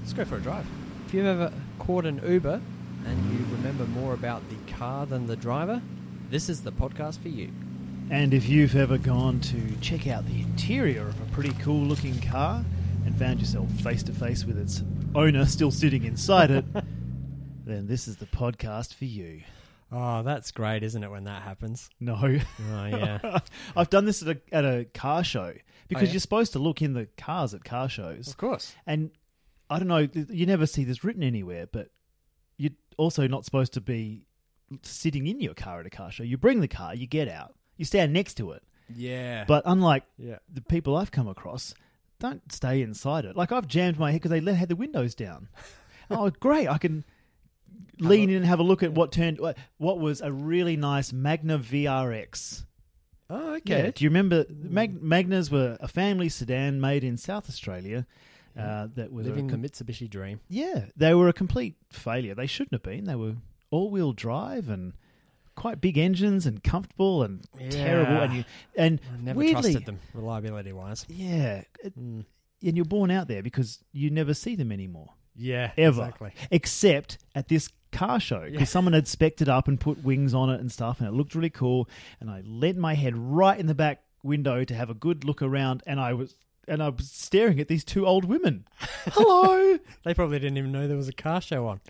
Let's go for a drive. If you've ever caught an Uber and you remember more about the car than the driver, this is the podcast for you. And if you've ever gone to check out the interior of a pretty cool looking car and found yourself face to face with its owner still sitting inside it, then this is the podcast for you. Oh, that's great, isn't it, when that happens? No. Oh, yeah. Oh, I've done this at a, at a car show because yeah? you're supposed to look in the cars at car shows. of course. And I don't know, you never see this written anywhere, but you're also not supposed to be sitting in your car at a car show. You bring the car, you get out, you stand next to it. Yeah. But unlike yeah. the people I've come across don't stay inside it. Like I've jammed my head because they let had the windows down. oh, great! I can lean in and have a look at what turned what- what was a really nice Magna VRX. Oh, okay. Yeah, do you remember Mag- Magnas were a family sedan made in South Australia? Uh, that was a Living the com- Mitsubishi dream. yeah, they were a complete failure. They shouldn't have been. They were all-wheel drive and quite big engines and comfortable and terrible. Yeah. And you and I never weirdly, trusted them, reliability wise. yeah. it- And you're born out there because you never see them anymore, Yeah. ever. Exactly. Except at this car show because Yeah. someone had specced it up and put wings on it and stuff, and it looked really cool. And I leant my head right in the back window to have a good look around, and I was. And I was staring at these two old women. Hello. They probably didn't even know there was a car show on.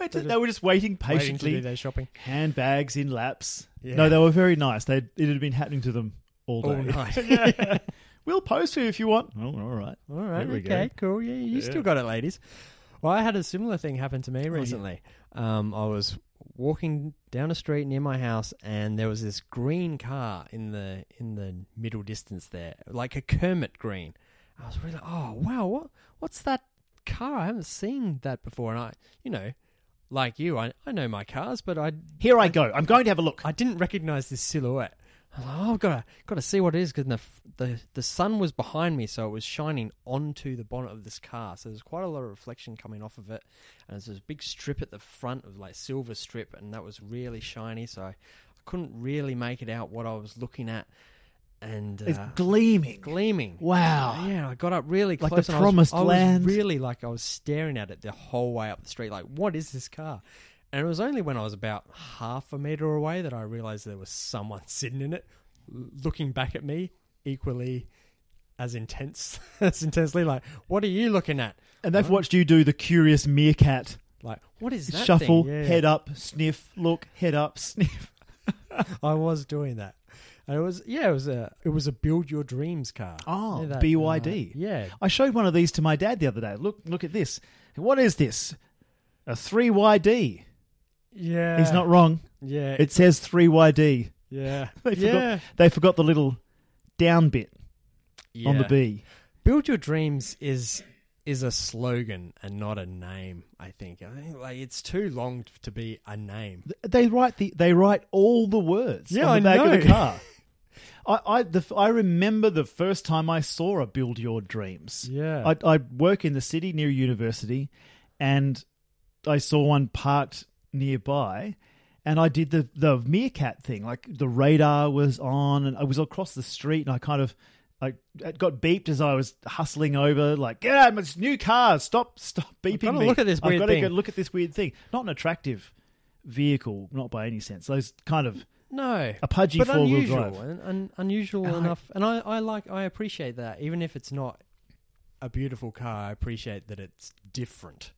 Wait, they were just Waiting waiting to do patiently, their shopping handbags in laps. Yeah. No, they were very nice. They it had been happening to them all day. all night. We'll post for you if you want. Oh, all right. All right. There we go. okay. Cool. Yeah, you still got it, ladies. Well, I had a similar thing happen to Oh, me recently. um, I was walking down a street near my house, and there was this green car in the in the middle distance there, like a Kermit green. I was really, oh wow, what what's that car? I haven't seen that before, and I, you know, like you, I I know my cars, but I Here I go. I'm going to have a look. I didn't recognize this silhouette. I'm like, oh, I've got to got to see what it is because the, f- the the sun was behind me, so it was shining onto the bonnet of this car. So there's quite a lot of reflection coming off of it, and there's this big strip at the front of like silver strip, and that was really shiny. So I, I couldn't really make it out what I was looking at, and It's uh, gleaming. gleaming. Wow. Yeah, I got up really Oh. Like close. the and I was- promised I was, land. really like I was staring at it the whole way up the street. Like, what is this car? And it was only when I was about half a meter away that I realized there was someone sitting in it, l- looking back at me equally as intense, as intensely. Like, what are you looking at? And they've watched you do the curious meerkat Like, what is that? shuffle, thing? Yeah. head up, sniff, look, head up, sniff. I was doing that. And it was yeah, it was a it was a build your dreams car. Oh, Yeah, that- BYD. uh, yeah, I showed one of these to my dad the other day. Look, look at this. What is this? A 3YD. yeah. He's not wrong. Yeah, It says 3YD. yeah. They forgot, yeah. they forgot the little down bit on the Yeah. B. build your dreams is is a slogan and not a name i think i think like it's too long to be a name They write the they write all the words Yeah, on the I back of the know. car. I I, the, I remember the first time I saw a build your dreams. yeah I, I work in the city near a university, and I saw one parked nearby, and I did the the meerkat thing. Like the radar was on, and I was across the street, and I kind of. I it got beeped as I was hustling over, like, get out, it's new car, stop, stop beeping gotta me. look at this I've weird gotta thing." Go look at this weird thing. Not an attractive vehicle, not by any sense. Those kind of no a pudgy but four-wheel unusual drive. and, and unusual And I- enough and I, I like i appreciate that even if it's not a beautiful car i appreciate that it's different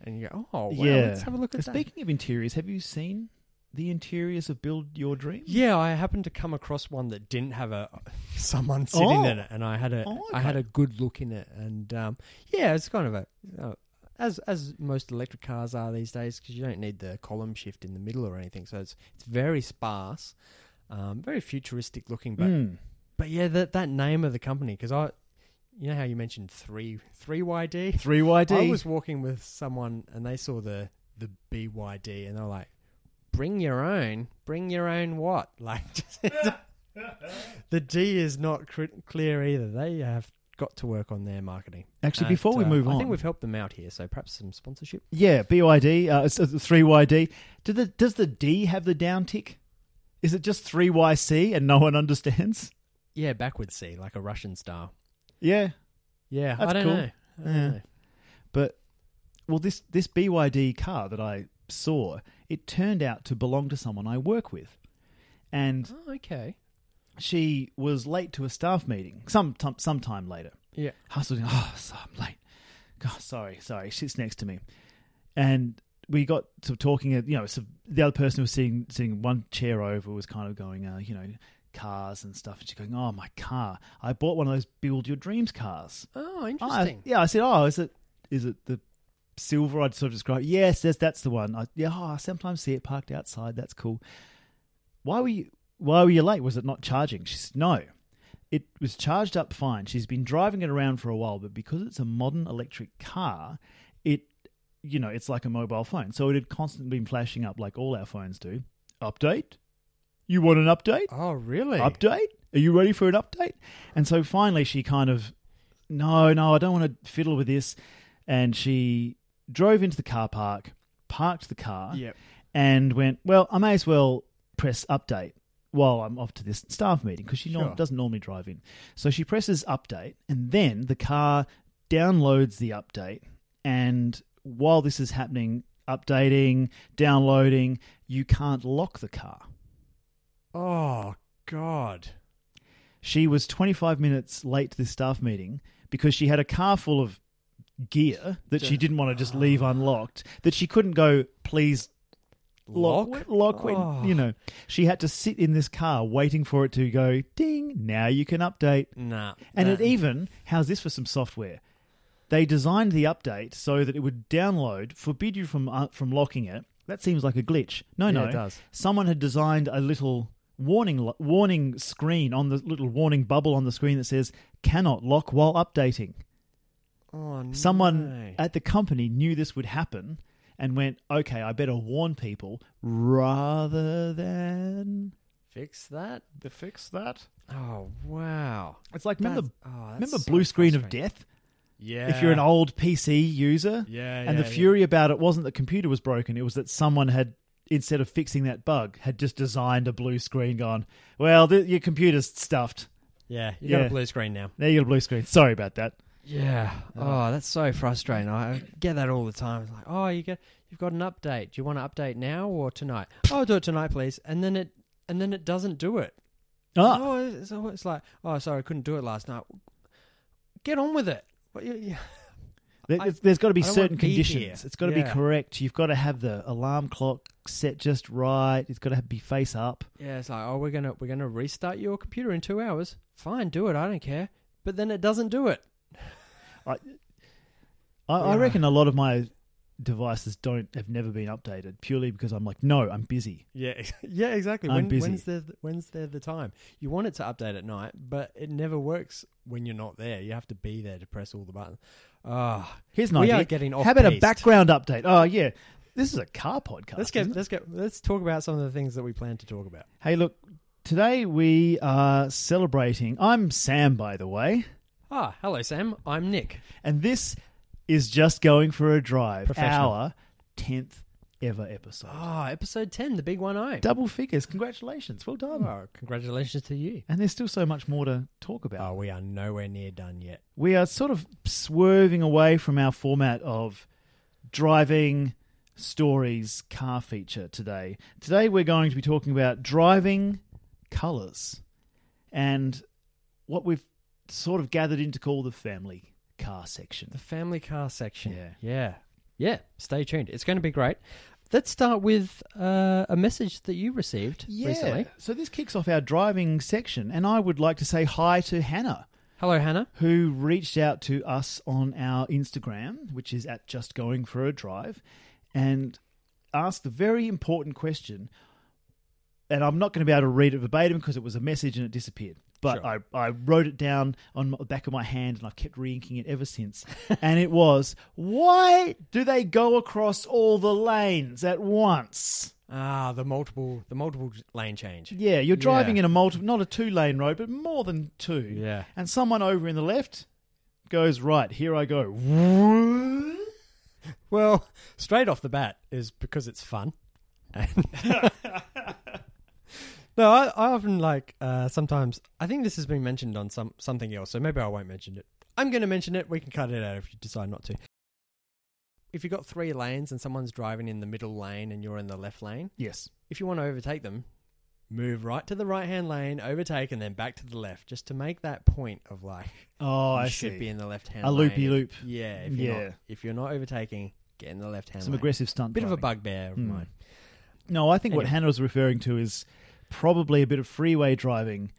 and you go oh well, yeah. let's have a look at that Speaking of interiors, have you seen the interiors of Build Your Dream? Yeah, I happened to come across one that didn't have a someone sitting Oh. in it, and I had a I Oh, had okay. a good look in it, and um, yeah, it's kind of a uh, as as most electric cars are these days because you don't need the column shift in the middle or anything, so it's it's very sparse, um, very futuristic looking, but Mm. but yeah, that that name of the company because I you know how you mentioned three three YD Three YD. I was walking with someone and they saw the the BYD and they're like, "Bring your own, bring your own what?" Like just- the D is not cr- clear either. They have got to work on their marketing. actually And, before we uh, move on. I think we've helped them out here, so perhaps some sponsorship. yeah, BYD. Uh, it's, it's three YD. Do the does the D have the down tick? Is it just three YC and no one understands? Yeah, backwards C, like a Russian style. Yeah, Yeah, I That's don't cool. know. I don't Yeah. know. But well, this this BYD car that I saw, it turned out to belong to someone I work with, and Oh, okay. she was late to a staff meeting some t- sometime later. Yeah. Hustled in. Oh, so I'm late. God, sorry, sorry. Sits next to me, and we got to talking. uh, You know, so the other person who was sitting sitting one chair over was kind of going, uh, you know, cars and stuff. And she's going, "Oh, my car! I bought one of those build your dreams cars." Oh, Oh, interesting. yeah, I said, "Oh, is it is it the silver?" I'd sort of describe. Yes, yes, that's the one. I, yeah, oh, I sometimes see it parked outside. That's cool. Why were you Why were you late? Was it not charging? She said, "No, it was charged up fine. She's been driving it around for a while, but because it's a modern electric car, it you know it's like a mobile phone, so it had constantly been flashing up like all our phones do. Update. You want an update? Oh, really? update? Are you ready for an update? And so finally, she kind of, no, no, I don't want to fiddle with this. And she drove into the car park, parked the car, Yep. and went, well, I may as well press update while I'm off to this staff meeting because she nor- Sure. doesn't normally drive in. So she presses update, and then the car downloads the update. And while this is happening, updating, downloading, you can't lock the car. Oh, God. she was 25 minutes late to this staff meeting because she had a car full of gear that she didn't want to just leave Ah. unlocked that she couldn't go please lock Lock? lock when Oh. you know she had to sit in this car waiting for it to go ding now you can update Nah. and nah. it even how's this for some software they designed the update so that it would download forbid you from uh, from locking it that seems like a glitch no Yeah, no it does. someone had designed a little warning lo- warning screen on the little warning bubble on the screen that says cannot lock while updating. Oh, no. Someone at the company knew this would happen and went, "Okay, I better warn people rather than Fix that? to fix that." Oh, wow. It's like remember That's- oh, that's remember so blue screen of frustrating. death Yeah. if you're an old PC user Yeah. and the yeah, yeah. fury about it wasn't the computer was broken, it was that someone had instead of fixing that bug had just designed a blue screen gone, "Well, th- your computer's stuffed." Yeah. You got Yeah. a blue screen now. There you got a blue screen. Sorry about that. Yeah. Oh, that's so frustrating. I get that all the time. It's like, oh, you get you've got an update. Do you want to update now or tonight? oh, do it tonight, please. And then it and then it doesn't do it. Ah, Oh, it's, so it's like, oh, sorry, I couldn't do it last night. Get on with it. What you- you- there, I- has got to be I don't certain wanna be conditions. here. It's got to be Yeah. correct. You've got to have the alarm clock set just right. It's got to be face up. Yeah, it's like, oh, we're gonna we're gonna restart your computer in two hours. Fine, do it. I don't care. But then it doesn't do it. I, I Yeah. reckon a lot of my devices don't have never been updated purely because I'm like, no, I'm busy. Yeah, yeah, exactly. I'm when, busy. When's there, when's there the time? You want it to update at night, but it never works when you're not there. You have to be there to press all the buttons. Ah, Here's an we idea. are getting off. How about a piste. background update? Oh yeah, this is a car podcast. Let's get isn't it? let's get let's talk about some of the things that we plan to talk about. Hey, look. Today we are celebrating. I'm Sam, by the way, Ah, hello, Sam. I'm Nick. and this is just going for a drive. Professional. Our tenth ever episode. Ah, episode ten, the big one. I. double figures. Congratulations. Well done. Oh, congratulations to you. And there's still so much more to talk about. Oh, we are nowhere near done yet. We are sort of swerving away from our format of driving stories car feature today. Today we're going to be talking about driving colors and what we've sort of gathered in to call the family car section. The family car section. Yeah. Yeah. Yeah. Stay tuned. It's going to be great. Let's start with uh, a message that you received recently. So this kicks off our driving section and I would like to say hi to Hannah. Hello, Hannah. who reached out to us on our Instagram, which is at just going for a drive, and asked the very important question. And I'm not going to be able to read it verbatim because it was a message and it disappeared. But Sure. I, I wrote it down on the back of my hand and I've kept re inking it ever since. and it was, why do they go across all the lanes at once? Ah, the multiple, the multiple lane change. Yeah, you're driving Yeah. in a multiple, not a two lane road, but more than two Yeah. and someone over in the left goes right here i go Well, straight off the bat is because it's fun. And- no, I, I often like uh, sometimes. I think this has been mentioned on some something else, so maybe I won't mention it. I'm going to mention it. We can cut it out if you decide not to. if you've got three lanes and someone's driving in the middle lane and you're in the left lane, Yes. if you want to overtake them, move right to the right hand lane, overtake, and then back to the left, just to make that point of like Oh, you I should see. be in the left hand. A loopy loop. Yeah, if you're Yeah. Not, if you're not overtaking, get in the left hand. Some lane. aggressive stunt. Bit of a driving. bugbear of Hmm. mine. No, I think what Anyway. Hannah was referring to is probably a bit of freeway driving,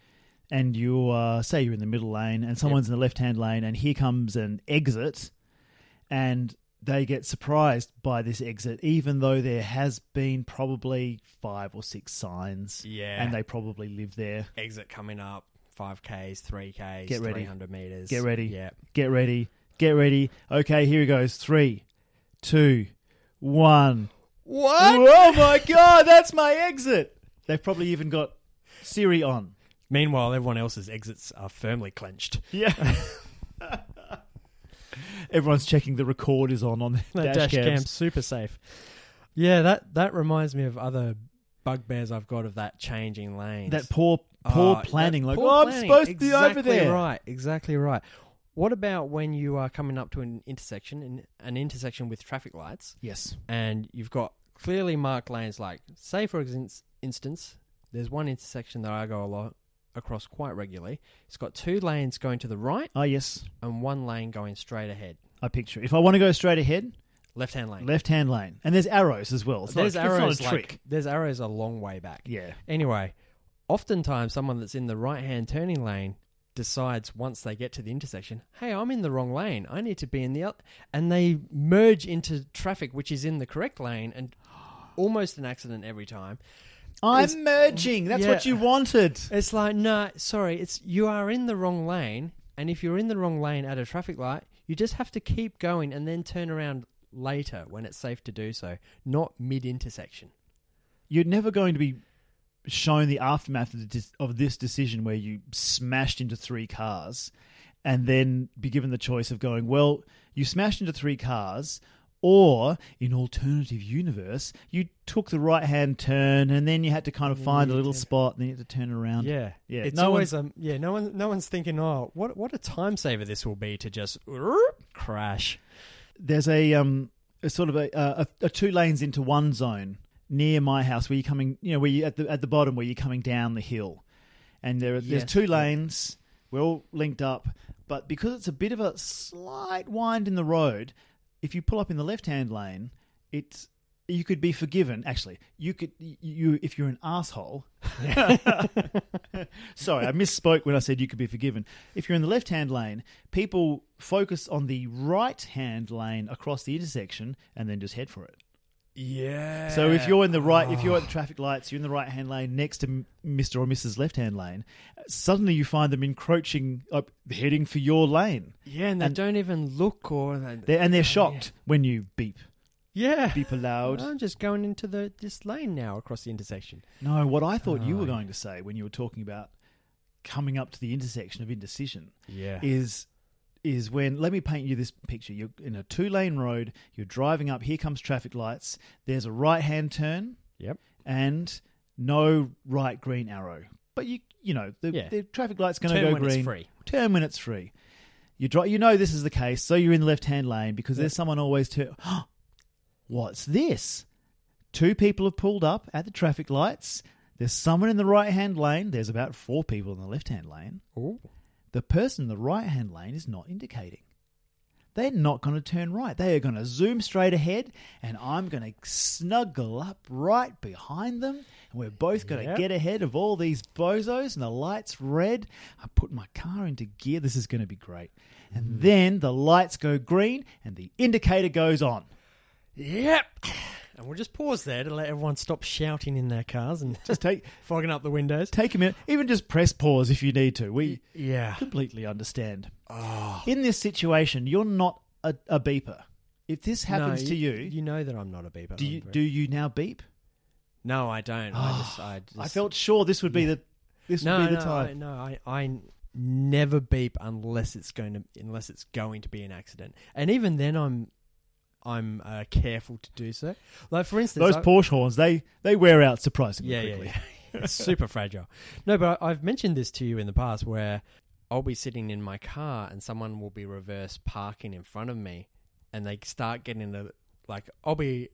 and you uh, say you're in the middle lane, and someone's in the left hand lane, and here comes an exit, and they get surprised by this exit, even though there has been probably five or six signs, Yeah, and they probably live there. exit coming up. Five Ks, three Ks, Get ready. three hundred meters. Get ready. Yeah, Get ready, get ready. Okay, here it goes. Three, two, one. what? Oh my god, that's my exit. They've probably even got Siri on. Meanwhile, everyone else's exits are firmly clenched. Yeah. Everyone's checking the record is on on their That dash, cams. super safe. Yeah, that that reminds me of other bugbears I've got of that changing lanes. That poor, Oh, poor that planning. Like, poor oh, planning. I'm supposed to be over Exactly there. Right, exactly right. What about when you are coming up to an intersection, in an intersection with traffic lights, Yes. and you've got clearly marked lanes? Like, say for ex- instance, there's one intersection that I go a lot across quite regularly. It's got two lanes going to the right Oh, yes. and one lane going straight ahead, I picture. it. If I want to go straight ahead, left hand lane. left hand lane, and there's arrows as well. It's there's not, arrows It's not a like- trick. there's arrows a long way back. Yeah. Anyway, oftentimes someone that's in the right hand turning lane decides once they get to the intersection, hey, I'm in the wrong lane. I need to be in the other. And they merge into traffic which is in the correct lane and almost an accident every time. I'm It's- merging. That's yeah. what you wanted. It's like, no, sorry, it's you are in the wrong lane. And if you're in the wrong lane at a traffic light, you just have to keep going and then turn around later when it's safe to do so, not mid intersection. You're never going to be shown the aftermath of, the dis- of this decision where you smashed into three cars and then be given the choice of going, well, you smashed into three cars, or in alternative universe, you took the right hand turn and then you had to kind of And then find you a little did. spot and then you had to turn around. Yeah, Yeah, It's no always um, yeah. No one, no one's thinking, oh, what, what a time saver this will be to just crash. There's a, um, a sort of a, a, a two lanes into one zone near my house where you're coming, you know, where you at the at the bottom where you're coming down the hill. and there are, Yes, there's two yeah. lanes. We're all linked up, but because it's a bit of a slight wind in the road, if you pull up in the left-hand lane, it's you could be forgiven. Actually, you could you if you're an asshole. Sorry, I misspoke when I said you could be forgiven. If you're in the left-hand lane, people focus on the right-hand lane across the intersection and then just head for it. Yeah. Oh. So if you're in the right, if you're at the traffic lights, you're in the right hand lane next to m- Mr. or Mrs. left hand lane. Suddenly you find them encroaching up, heading for your lane, yeah, and they and- don't even look or they, they're, and they're shocked when you beep, yeah. beep aloud. I'm just going into the this lane now across the intersection. No, what I thought you were Oh. going to say when you were talking about coming up to the intersection of indecision Yeah. is is when let me paint you this picture you're in a two lane road you're driving up here comes traffic lights there's a right hand turn Yep. and no right green arrow. But you you know the, Yeah. the traffic light's going to Turn go when green. it's free. Turn when it's free. You dri You know this is the case, so you're in the left hand lane because there's someone always to. What's this? Two people have pulled up at the traffic lights. There's someone in the right hand lane. There's about four people in the left hand lane. Ooh. The person in the right hand lane is not indicating. They're not going to turn right. They are going to zoom straight ahead, and I'm going to snuggle up right behind them. And we're both going Yep. to get ahead of all these bozos, and the light's red. I put my car into gear. This is going to be great. Mm-hmm. And then the lights go green, and the indicator goes on. Yep. And we'll just pause there to let everyone stop shouting in their cars and Just take fogging up the windows. take a minute. Even just press pause if you need to. We Yeah. Oh. completely understand. In this situation, you're not a, a beeper. If this happens No, to you, You know that I'm not a beeper. do I'm you very- do you now beep? No, I don't. I just I just I felt sure this would be the this would be the time. I, no, I, I never beep unless it's going to unless it's going to be an accident, and even then, I'm I'm uh, careful to do so. Like for instance, Those I- Porsche horns they they wear out surprisingly yeah, yeah, quickly. yeah. It's super fragile. No, but I, I've mentioned this to you in the past where I'll be sitting in my car and someone will be reverse parking in front of me, and they start getting a Like I'll be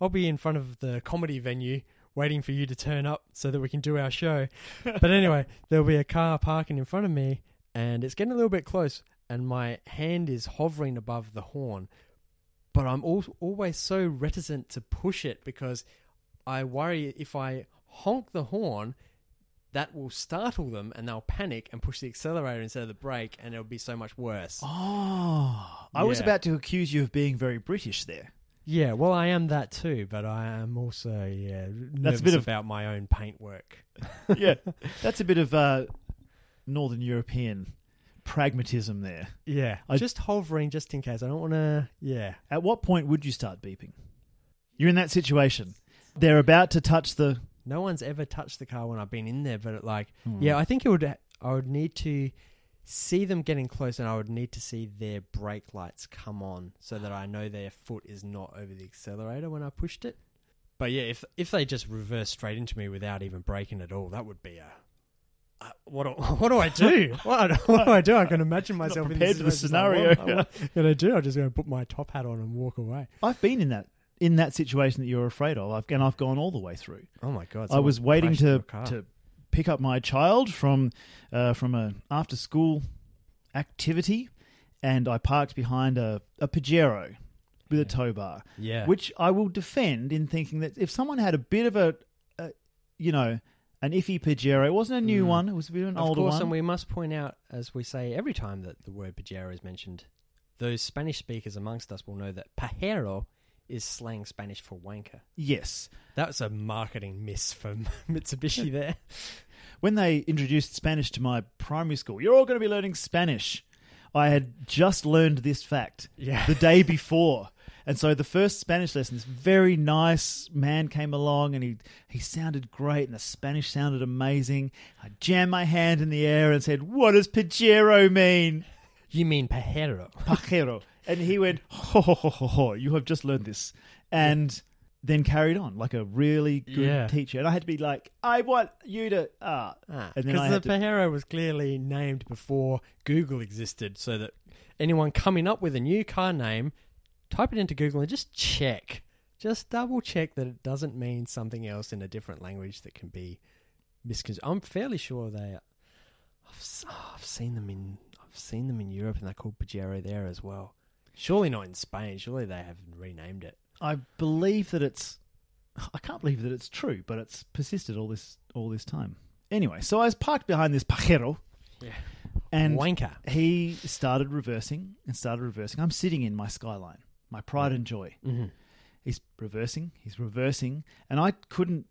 I'll be in front of the comedy venue waiting for you to turn up so that we can do our show. but anyway, there'll be a car parking in front of me and it's getting a little bit close and my hand is hovering above the horn. But I'm al- always so reticent to push it because I worry if I honk the horn, that will startle them and they'll panic and push the accelerator instead of the brake and it'll be so much worse. Oh, I was Yeah. about to accuse you of being very British there. Yeah, well, I am that too, but I am also yeah That's nervous a bit of- about my own paintwork. yeah, that's a bit of uh, Northern European pragmatism there. Yeah, I- just hovering just in case. I don't want to. Yeah, At what point would you start beeping? You're in that situation. They're about to touch the. no one's ever touched the car when I've been in there, but it, like, yeah, I think it would. I would need to see them getting close, and I would need to see their brake lights come on so that I know their foot is not over the accelerator when I pushed it. But yeah, if if they just reverse straight into me without even braking at all, that would be a. Uh, what do, what do I do? What, what do I do? I can imagine myself in prepared for the this situation. What- scenario. What can I do? I'm just going to put my top hat on and walk away. I've been in that in that situation that you're afraid of, I've, and I've gone all the way through. Oh my god! I someone was waiting crashed to into a car. to pick up my child from uh, from an after school activity, and I parked behind a a Pajero with a Yeah. tow bar, yeah. which I will defend in thinking that if someone had a bit of a, a you know. An iffy Pajero. It wasn't a new Mm. one. It was a bit of an Of older course, one. and we must point out, as we say every time that the word pajero is mentioned, those Spanish speakers amongst us will know that pajero is slang Spanish for wanker. yes. That's a marketing miss from Mitsubishi there. When they introduced Spanish to my primary school, you're all going to be learning Spanish. I had just learned this fact. Yeah. the day before. And so the first Spanish lesson, this very nice man came along and he, he sounded great and the Spanish sounded amazing. I jammed my hand in the air and said, What does Pajero mean? You mean pajero? Pajero. And he went, Ho, ho, ho, ho, ho, you have just learned this. And then carried on like a really good Yeah. teacher. And I had to be like, I want you to. Ah. Ah, And then I because the had to- pajero was clearly named before Google existed, so that anyone coming up with a new car name, type it into Google and just check, just double check that it doesn't mean something else in a different language that can be misconstrued. I'm fairly sure they. I've, s- oh, I've seen them in. I've seen them in Europe, and they're called pajero there as well. Surely not in Spain. Surely they have renamed it. I believe that it's I can't believe that it's true, but it's persisted all this all this time. Anyway, so I was parked behind this pajero. Yeah. And Wanker. he started reversing and started reversing. I'm sitting in my skyline, my pride and joy. Mm-hmm. He's reversing, he's reversing, and I couldn't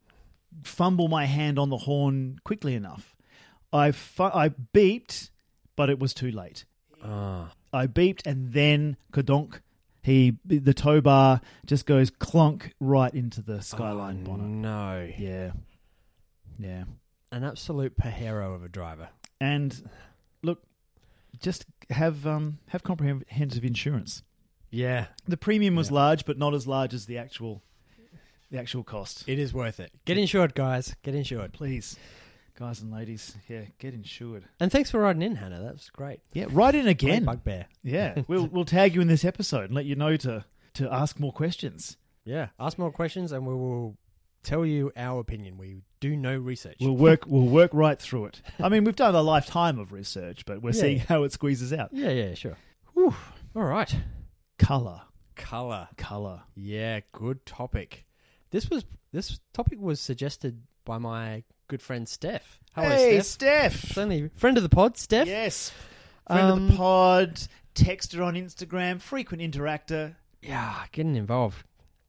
fumble my hand on the horn quickly enough. I fu- I beeped, but it was too late. Ah, I beeped, and then kadonk, he the tow bar just goes clonk right into the skyline Oh, bonnet. No, Yeah, yeah, an absolute pajero of a driver. and look, just have um have comprehensive insurance. Yeah, The premium was Yeah. large, but not as large as the actual the actual cost. It is worth it. Get insured, guys. Get insured. Please, guys and ladies, yeah, get insured. And thanks for riding in, Hannah. That was great. Yeah, write in Great again. bugbear. Yeah, we'll we'll tag you in this episode and let you know to to ask more questions. Yeah. Ask more questions, and we will tell you our opinion. We do no research. We'll work. We'll work right through it. I mean, we've done a lifetime of research, but we're Yeah. seeing how it squeezes out. yeah, yeah, sure. Whew. All right. Color, Color. color. Yeah, good topic. This was this topic was suggested by my good friend Steph. Hello, hey, Steph. Steph. Friendly friend of the pod, Steph. Yes, friend of the Um, pod, texter on Instagram, frequent interactor. Yeah, getting involved.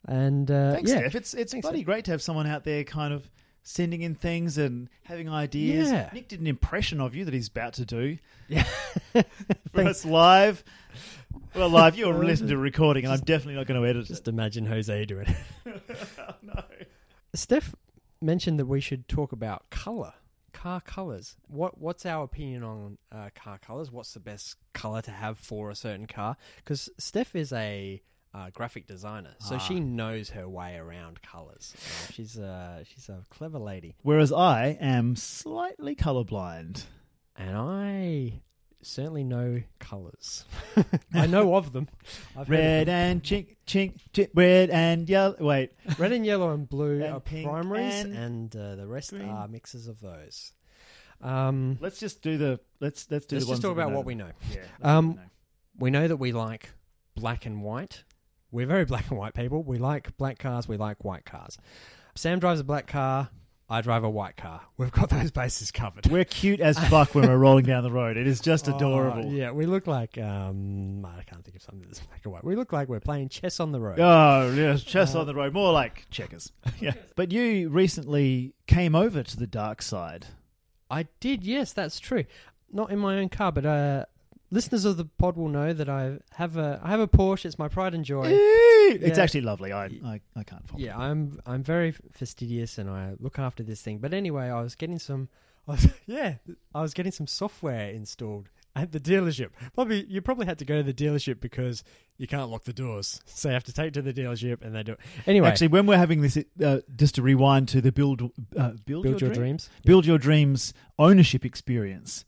And uh, Thanks, yeah, Steph. It's it's Thanks, bloody Steph. great to have someone out there kind of sending in things and having ideas. Yeah. Nick did an impression of you that he's about to do yeah. for Thanks. us live. Well, live. You're listening to a recording, and I'm definitely not going to edit Just imagine Jose doing it. it. no. Steph mentioned that we should talk about color, car colors. What what's our opinion on uh, car colors? What's the best color to have for a certain car? Because Steph is a uh, graphic designer, so Ah. she knows her way around colors. Uh, she's a she's a clever lady, Whereas I am slightly colorblind. and I certainly know colours. I know of them. I've heard of Red them. and chink, chink, chink, red and yellow. Wait, red and yellow and blue and are pink primaries, and, and uh, the rest green. are mixes of those. Um, let's just do the let's let's do let's the ones just talk that about what know. we know. Yeah, let's do Um, what we know. We know that we like black and white. We're very black and white people. We like black cars. We like white cars. Sam drives a black car. I drive a white car. We've got those bases covered. We're cute as fuck when we're rolling down the road. It is just Oh, adorable. yeah, we look like um, I can't think of something that's black and white. We look like we're playing chess on the road. Oh, yes, Uh, chess on the road, more like checkers. Yeah. But you recently came over to the dark side. I did, yes, that's true. Not in my own car, but uh, listeners of the pod will know that I have a I have a Porsche. It's my pride and joy. It's Yeah. actually lovely. I I, I can't fault. Yeah, I'm I'm very fastidious and I look after this thing. But anyway, I was getting some, I was, yeah, I was getting some software installed at the dealership. Probably you probably had to go to the dealership because you can't lock the doors, so you have to take it to the dealership and they do it. Anyway, Actually, when we're having this, uh, just to rewind to the build, uh, build, build your, dream? dreams. build your dreams ownership experience.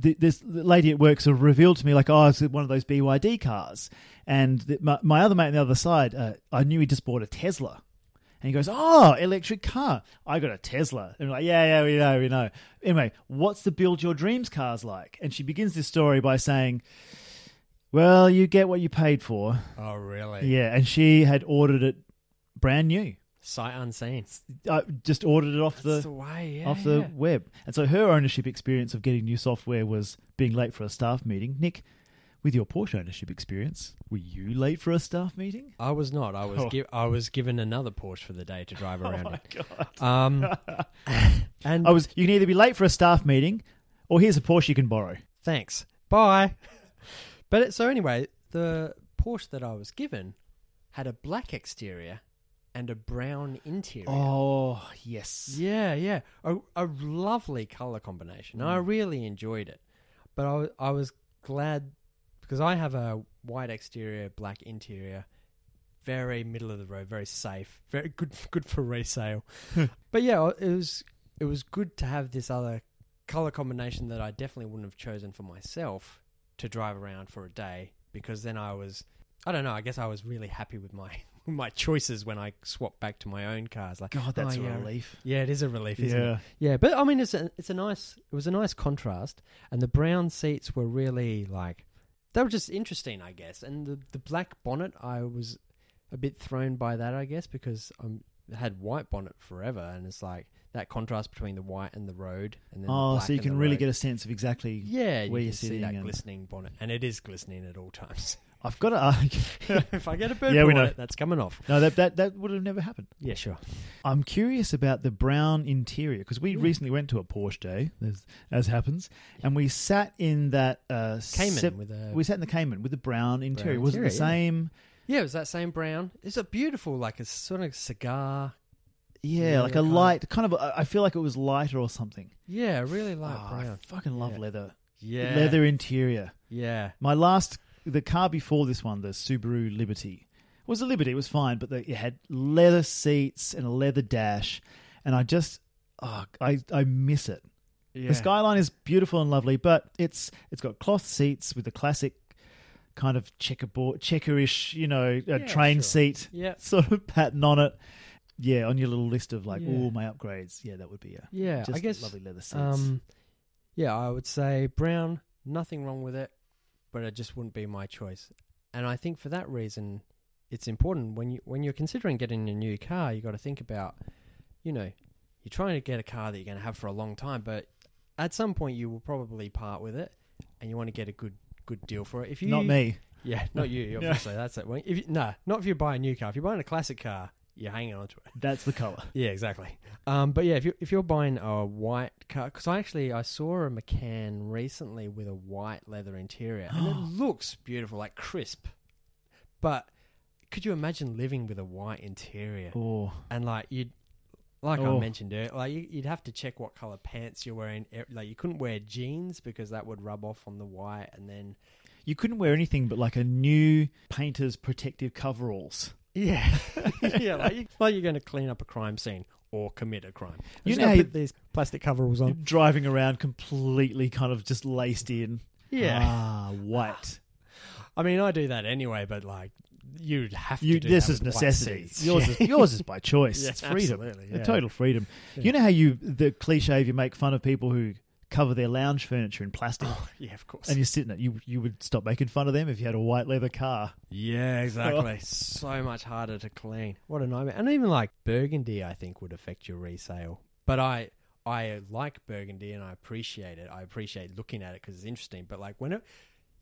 Th this lady at work sort of revealed to me, like, oh, it's one of those BYD cars. And th my, my other mate on the other side, uh, I knew he just bought a Tesla. And he goes, oh, electric car. I got a Tesla. And I'm like, yeah, yeah, we know, we know. Anyway, what's the build your dreams cars like? And she begins this story by saying, well, you get what you paid for. Oh, really? Yeah. And she had ordered it brand new. Sight unseen. I just ordered it off the That's the way. Yeah, off the yeah. web. And so her ownership experience of getting new software was being late for a staff meeting. Nick, with your Porsche ownership experience, were you late for a staff meeting? I was not. I was Oh. gi- I was given another Porsche for the day to drive around in. god. Um, and I was you can either be late for a staff meeting or here's a Porsche you can borrow. thanks, bye. But it, so anyway, the Porsche that I was given had a black exterior and a brown interior. Oh, yes. Yeah, yeah, a, a lovely color combination. I really enjoyed it, but I, wa- I was glad because I have a white exterior, black interior, very middle of the road, very safe, very good, good for resale. but yeah, it was it was good to have this other color combination that I definitely wouldn't have chosen for myself to drive around for a day because then I was I don't know, I guess I was really happy with my my choices when I swapped back to my own cars like God, that's oh, a yeah, relief. yeah, it is a relief, isn't it? Yeah. Yeah, but I mean, it's a, it's a nice, it was a nice contrast, and the brown seats were really like they were just interesting, I guess. And the the black bonnet, I was a bit thrown by that, I guess, because I'm I had white bonnet forever, and it's like that contrast between the white and the road, and then the Oh, black so you and can the really road. get a sense of exactly. yeah, where you you're can see sitting that and- glistening bonnet, and it is glistening at all times. I've got to argue. if I get a bird Yeah, we bonnet, know. that's coming off. No, that, that that would have never happened. Yeah, sure. I'm curious about the brown interior because we Mm. recently went to a Porsche day, as, as happens, and we sat in that uh, Cayman sep- with a we sat in the Cayman with the brown interior. was it the interior, same? yeah, it was that same brown. It's a beautiful, like a sort of cigar Yeah, Yeah, like a kind of. light, kind of. I feel like it was lighter or something. Yeah, really light Oh, I brown. fucking love Yeah. leather, Ah, Yeah, leather interior. Yeah, My last, the car before this one, the Subaru Liberty, was a Liberty. It was fine, but the, it had leather seats and a leather dash, and I just, oh, I I miss it. yeah. The skyline is beautiful and lovely, but it's it's got cloth seats with the classic kind of checkerboard, checkerish, you know, Yeah, uh, train sure. seat Yeah, sort of pattern on it. Yeah, on your little list of like, Yeah. all my upgrades. Yeah, that would be a yeah. just I guess. lovely leather seats. Um, yeah, I would say brown. Nothing wrong with it, but it just wouldn't be my choice. And I think for that reason, it's important when you when you're considering getting a new car, you got to think about, you know, you're trying to get a car that you're going to have for a long time, but at some point you will probably part with it, and you want to get a good good deal for it. If you Not me. Yeah, not you. No. Obviously, that's it. Well, If you, no, not if you buy a new car. If you're buying a classic car, you're hanging on to it. That's the color. Yeah, exactly. Um, but yeah, if you if you're buying a white car, because I actually I saw a McCann recently with a white leather interior, and it looks beautiful, like crisp. But could you imagine living with a white interior Oh, and like you'd. Like I Oh. mentioned earlier, like you- you'd have to check what color pants you're wearing. Eh, Like you couldn't wear jeans because that would rub off on the white, and then you couldn't wear anything but like a new painter's protective coveralls. Yeah, yeah, like, you, like you're going to clean up a crime scene or commit a crime. You Just know gonna how you- Oh. put these plastic coveralls on. Driving around completely kind of just laced in. Yeah. Ah, white. I mean, I do that anyway, but like, you'd have to. You, do this that is with white necessity. seats. Yours, Yeah. is, yours is by choice. Yeah, it's freedom. absolutely, The yeah. Total freedom. You know how you the cliche if you make fun of people who cover their lounge furniture in plastic yeah, of course. and you sit in it, you you would stop making fun of them if you had a white leather car. Yeah, exactly. Oh, so much harder to clean. What a nightmare. And even like burgundy, I think would affect your resale. But I, I like burgundy and I appreciate it. I appreciate looking at it because it's interesting. But like when it,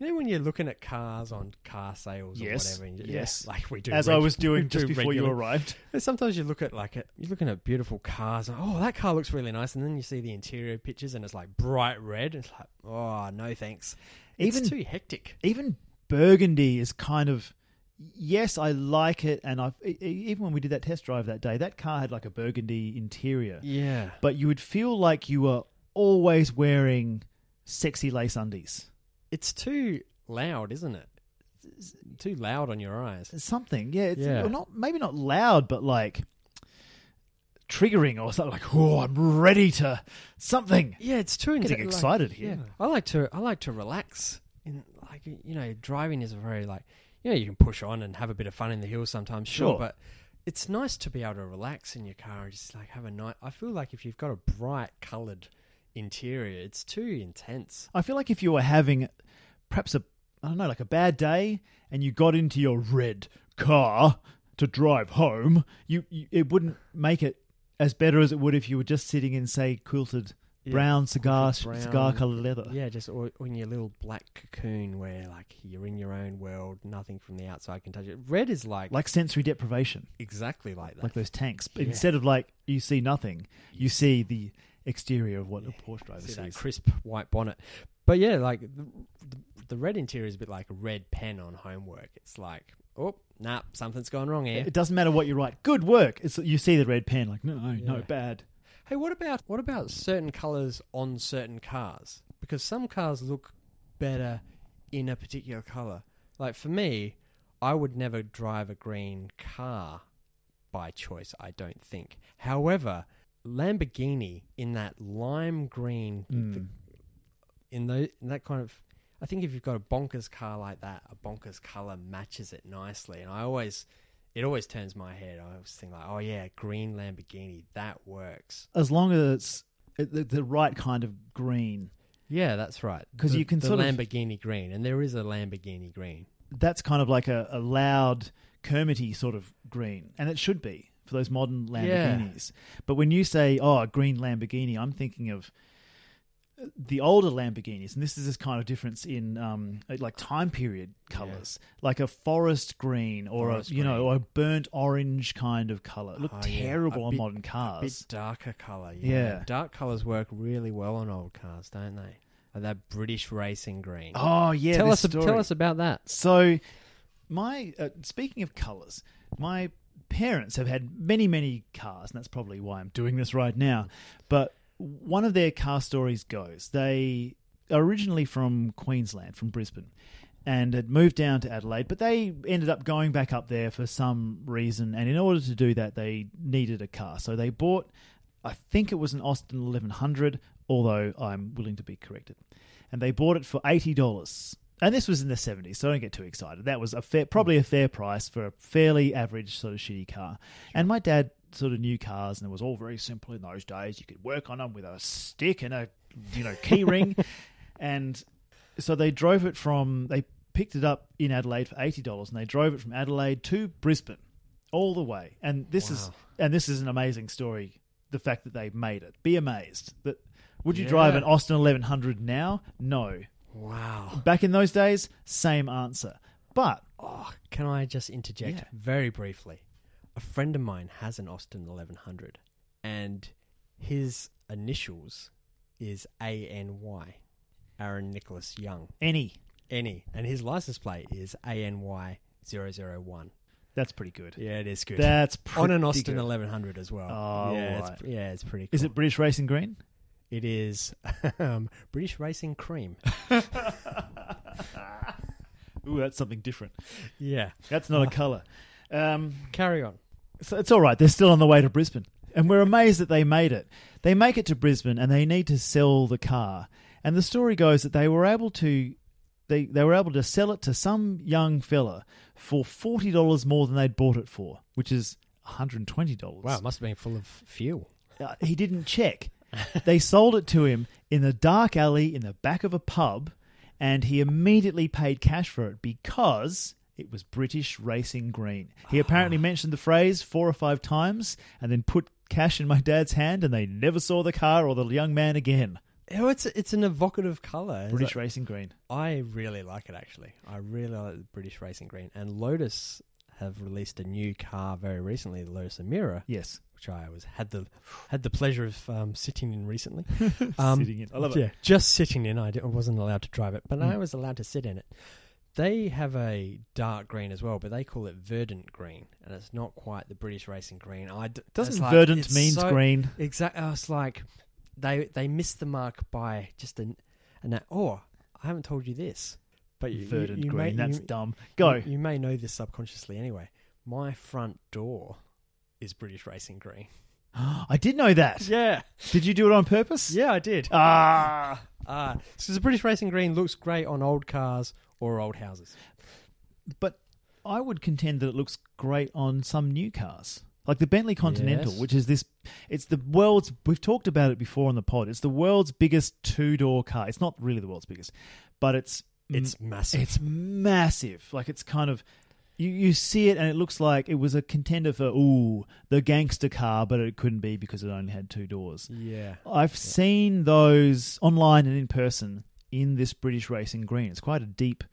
you know, when you're looking at cars on car sales or Yes, whatever, and you- yes. yeah, like we do. As I reg- was doing we just do before you regularly. arrived. And sometimes you look at like a, you're looking at beautiful cars and oh that car looks really nice and then you see the interior pictures and it's like bright red and it's like oh no thanks Even- it's too hectic even burgundy is kind of yes i like it and i've e- e- even when we did that test drive that day that car had like a burgundy interior yeah but you would feel like you were always wearing sexy lace undies it's too loud isn't it It's too loud on your eyes something yeah it's Yeah. or not maybe not loud but like triggering or something like oh i'm ready to something yeah it's too Getting inti- like- excited here. I like to I like to relax in like you know driving is a very like you know you can push on and have a bit of fun in the hills sometimes sure, Sure. but it's nice to be able to relax in your car and just like have a night I feel like if you've got a bright colored interior it's too intense I feel like if you were having perhaps a I don't know, like a bad day, and you got into your red car to drive home, you, you it wouldn't make it as better as it would if you were just sitting in say quilted Yeah, brown cigar brown. cigar colored leather. yeah just or, or in your little black cocoon where like you're in your own world nothing from the outside can touch it red is like, Like sensory deprivation, exactly like that like those tanks. But Yeah. instead of like you see nothing, you see the exterior of what a Porsche driver See that sees. crisp white bonnet. But yeah, like the, the red interior is a bit like a red pen on homework. It's like, oh, nah, something's gone wrong here. It doesn't matter what you write. Good work. It's you see the red pen, like no, no, Yeah. bad. Hey, what about what about certain colors on certain cars? Because some cars look better in a particular color. Like for me, I would never drive a green car by choice, I don't think. However, Lamborghini in that lime green Mm. in those in that kind of I think if you've got a bonkers car like that, a bonkers color matches it nicely. And I always it always turns my head. I always think like, oh yeah, green Lamborghini, that works. As long as it's the, the right kind of green. Yeah, that's right. 'Cause The- you can the sort of- Lamborghini green, and there is a Lamborghini green. that's kind of like a, a loud kermity sort of green and it should be for those modern Yeah. lamborghinis but when you say oh a green lamborghini i'm thinking of uh, the older lamborghinis and this is this kind of difference in um, like time period colors like a forest green or Forest a you know green. or a burnt orange kind of color it looked Oh, yeah. terrible A on bit- modern A bit cars darker color. Yeah. dark colors work really well on old cars, don't they? Like that British racing green. oh yeah tell this us, story. tell us about that. So, my uh, speaking of colors, my parents have had many, many cars, and that's probably why I'm doing this right now. But one of their car stories goes they are originally from Queensland, from Brisbane, and had moved down to Adelaide, but they ended up going back up there for some reason. And in order to do that, they needed a car, so they bought. I think it was an Austin 1100, although I'm willing to be corrected and they bought it for eighty dollars. And this was in the seventies, so don't get too excited. That was a fair, probably a fair price for a fairly average sort of shitty car. And my dad sort of knew cars, and it was all very simple in those days. You could work on them with a stick and a you know key ring, and so they drove it from they picked it up in Adelaide for eighty dollars, and they drove it from Adelaide to Brisbane, all the way. And this is Wow. and this is an amazing story. The fact that they made it, be amazed that. Would you drive Yeah. an Austin 1100 now? No. Wow. Back in those days, same answer. But Oh, can I just interject Yeah. very briefly? A friend of mine has an Austin 1100, and his initials is A N Y, Aaron Nicholas Young. any, Any, and his license plate is ANY001. that's pretty good. Yeah, it is good. That's pretty on an Austin Good. 1100 as well. Oh, yeah, right. it's, yeah, it's pretty cool. Is it British Racing Green? It is um, British Racing Cream. Ooh, that's something different. yeah. That's not Ah. a colour. Um, Carry on. so it's all right. They're still on the way to Brisbane, and we're amazed that they made it. They make it to Brisbane, and they need to sell the car. And the story goes that they were able to They they were able to sell it to some young fella for forty dollars more than they'd bought it for, which is one hundred and twenty dollars. Wow, it must have been full of fuel. Uh, he didn't check. they sold it to him in the dark alley in the back of a pub, and he immediately paid cash for it because it was British Racing Green. He apparently mentioned the phrase four or five times and then put cash in my dad's hand, and they never saw the car or the young man again. Oh, it's it's an evocative color. British Racing Green. I really like it actually. I really like the British Racing Green. And Lotus have released a new car very recently, the Lotus Emira, Yes. which I was had the had the pleasure of um, sitting in recently. Um, Sitting in. I love it. Mm. yeah, just sitting in. I di- I wasn't allowed to drive it, but I was allowed to sit in it. They have a dark green as well, but they call it verdant green, and it's not quite the British racing green. I d- Doesn't it's like- verdant it's means so- green? Exactly. It's like they they missed the mark by just an an. Oh, I haven't told you this, but you, you- verdant you green. May, That's you, dumb. Go. You, you may know this subconsciously anyway. My front door is British racing green. I did know that. Yeah, Did you do it on purpose? yeah, I did. Ah. Ah, so the British Racing Green looks great on old cars or old houses. But I would contend that it looks great on some new cars. Like the Bentley Continental, Yes. which is this, it's the world's, we've talked about it before on the pod. It's the world's biggest two door car. It's not really the world's biggest, but it's, It's massive. Mm. it's massive. Like it's kind of, you, you see it and it looks like it was a contender for, ooh, the gangster car, but it couldn't be because it only had two doors. yeah. I've seen those online and in person in this British racing green. It's quite a deep.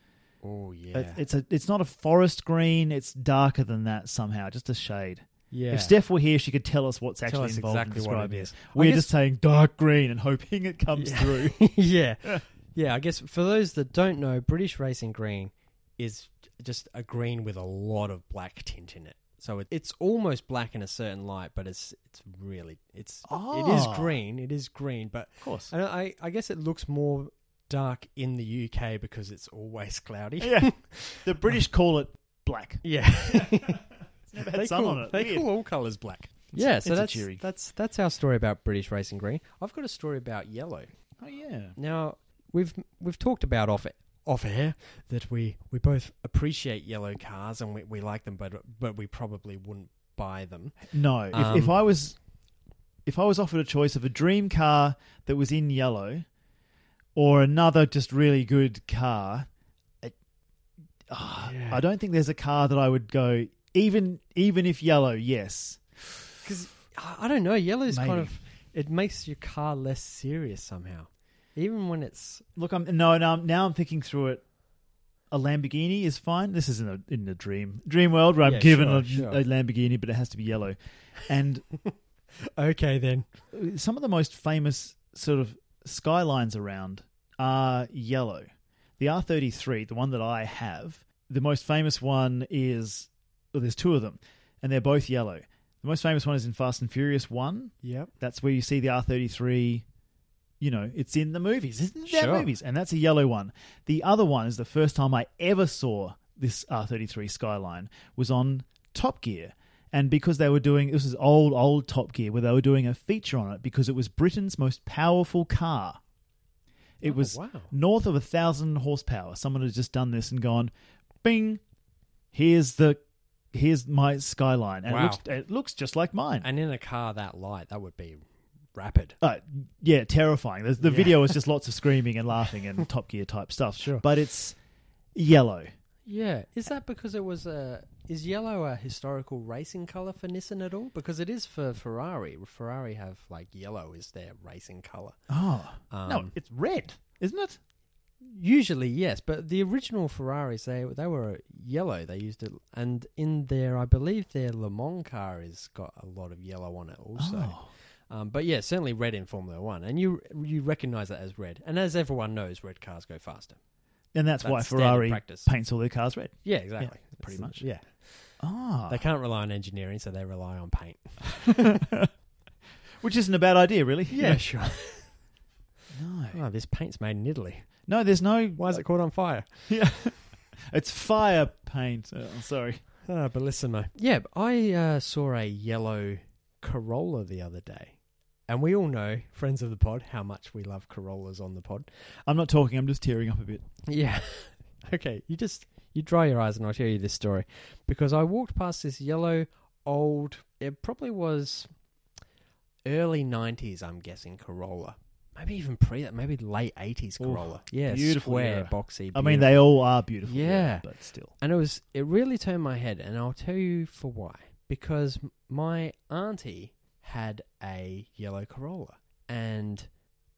Oh yeah. it- It's a. It's not a forest green. It's darker than that somehow. Just a shade. yeah. If Steph were here, she could tell us what's actually us involved exactly in what describing it this. is. I We're guess- just saying dark green and hoping it comes Yeah. through. yeah. Yeah, I guess for those that don't know, British Racing Green is just a green with a lot of black tint in it. So it, it's almost black in a certain light, but it's it's really it's it Ah. is green. It is green, but Of course. and I I guess it looks more dark in the UK because it's always cloudy. yeah. The British call it black. Yeah. Never had sun call, on it. They Weird. call all colours black. yeah, it's so a that's, cheery- that's that's our story about British racing green. I've got a story about yellow. Oh yeah. Now we've we've talked about off off air that we, we both appreciate yellow cars and we, we like them, but but we probably wouldn't buy them. No, if, if Um, I was if I was offered a choice of a dream car that was in yellow or another just really good car, it, ah, Yeah. I don't think there's a car that I would go even even if yellow. Yes, Because I I don't know, yellow's kind Maybe. of it makes your car less serious somehow, even when it's look, I'm no, no. I'm, now I'm thinking through it. A Lamborghini is fine. This isn't a, in a dream dream world where I'm Yeah, given sure, a, sure. a Lamborghini, but it has to be yellow, and okay then. some of the most famous sort of skylines around are yellow. The R33, the one that I have, the most famous one is well, there's two of them, and they're both yellow. The most famous one is in Fast and Furious 1. Yep. That's where you see the R33, you know, it's in the movies. It's in their Sure. movies, and that's a yellow one. The other one is the first time I ever saw this R33 skyline was on Top Gear. And because they were doing this is old, old Top Gear, where they were doing a feature on it because it was Britain's most powerful car. It Oh, was wow. north of a thousand horsepower. Someone had just done this and gone, bing, here's the here's my skyline. And Wow. it looks it looks just like mine. And in a car that light, that would be rapid. Uh, yeah, terrifying. The, the Yeah. video is just lots of screaming and laughing and Top Gear type stuff. Sure. But it's yellow. Yeah, is that because it was a is yellow a historical racing color for Nissan at all? Because it is for Ferrari. Ferrari have like yellow is their racing color. Oh. Um, no, it's red, isn't it? Usually, yes, but the original Ferraris they they were yellow. They used it, and in their I believe their Le Mans car has got a lot of yellow on it also. Oh. Um, but yeah, certainly red in Formula One, and you you recognize that as red, and as everyone knows, red cars go faster. And that's, why That's standard Ferrari practice. paints all their cars red. Yeah, exactly. pretty It's- much. Yeah, Ah. they can't rely on engineering, so they rely on paint. Which isn't a bad idea, really. sure. No. Oh, this paint's made in Italy. No, there's no. Why is it caught on fire? It's fire paint. Oh, sorry. Ah, but listen, mate. Yeah, but I uh, saw a yellow Corolla the other day, and we all know, friends of the pod, how much we love Corollas on the pod. I'm not talking. I'm just tearing up a bit. Yeah. okay. You just you dry your eyes and I'll tell you this story because I walked past this yellow old. It probably was early '90s. I'm guessing Corolla. Maybe even pre that. Maybe late '80s Ooh, Corolla. yeah. beautiful Square, era. boxy. I mean, they all are beautiful. Yeah. but still. and it was it really turned my head and i'll tell you for why because my auntie had a yellow corolla and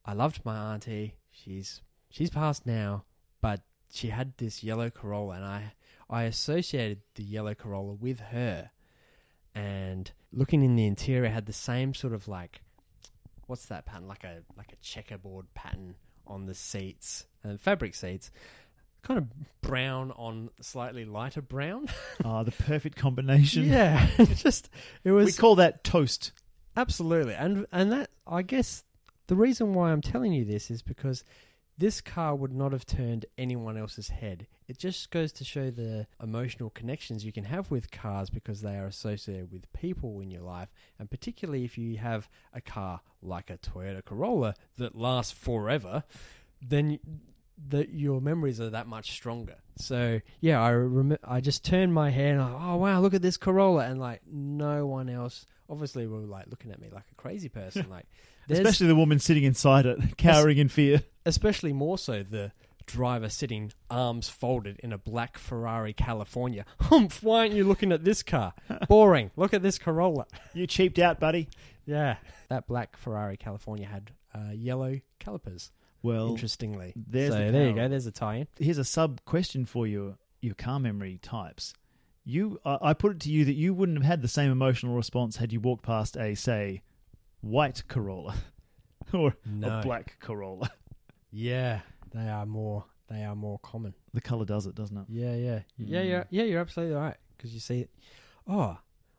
i loved my auntie she's she's passed now but she had this yellow corolla and i i associated the yellow corolla with her and looking in the interior it had the same sort of like what's that pattern like a like a checkerboard pattern on the seats and fabric seats kind of brown on slightly lighter brown. Ah, the perfect combination. yeah, it just it We was call that toast. absolutely, and and that I guess the reason why I'm telling you this is because this car would not have turned anyone else's head. It just goes to show the emotional connections you can have with cars because they are associated with people in your life, and particularly if you have a car like a Toyota Corolla that lasts forever, then that your memories are that much stronger. So yeah, I rem- I just turned my head and like, oh wow, look at this Corolla, and like no one else. Obviously, were like looking at me like a crazy person. Like, there's- Especially the woman sitting inside it, cowering in fear. especially more so the driver sitting arms folded in a black Ferrari California. Humph, why aren't you looking at this car? Boring. Look at this Corolla. You cheaped out, buddy. Yeah. That black Ferrari California had uh, yellow calipers, Well, interestingly. there's so the there you car. go. There's a tie in. here's a sub question for your your car memory types. You, I I put it to you that you wouldn't have had the same emotional response had you walked past a say white Corolla or No. a black Corolla. Yeah. They are more. They are more common. The color does it, doesn't it? Yeah, yeah, yeah, Mm. yeah, yeah. You're absolutely right because you see, oh,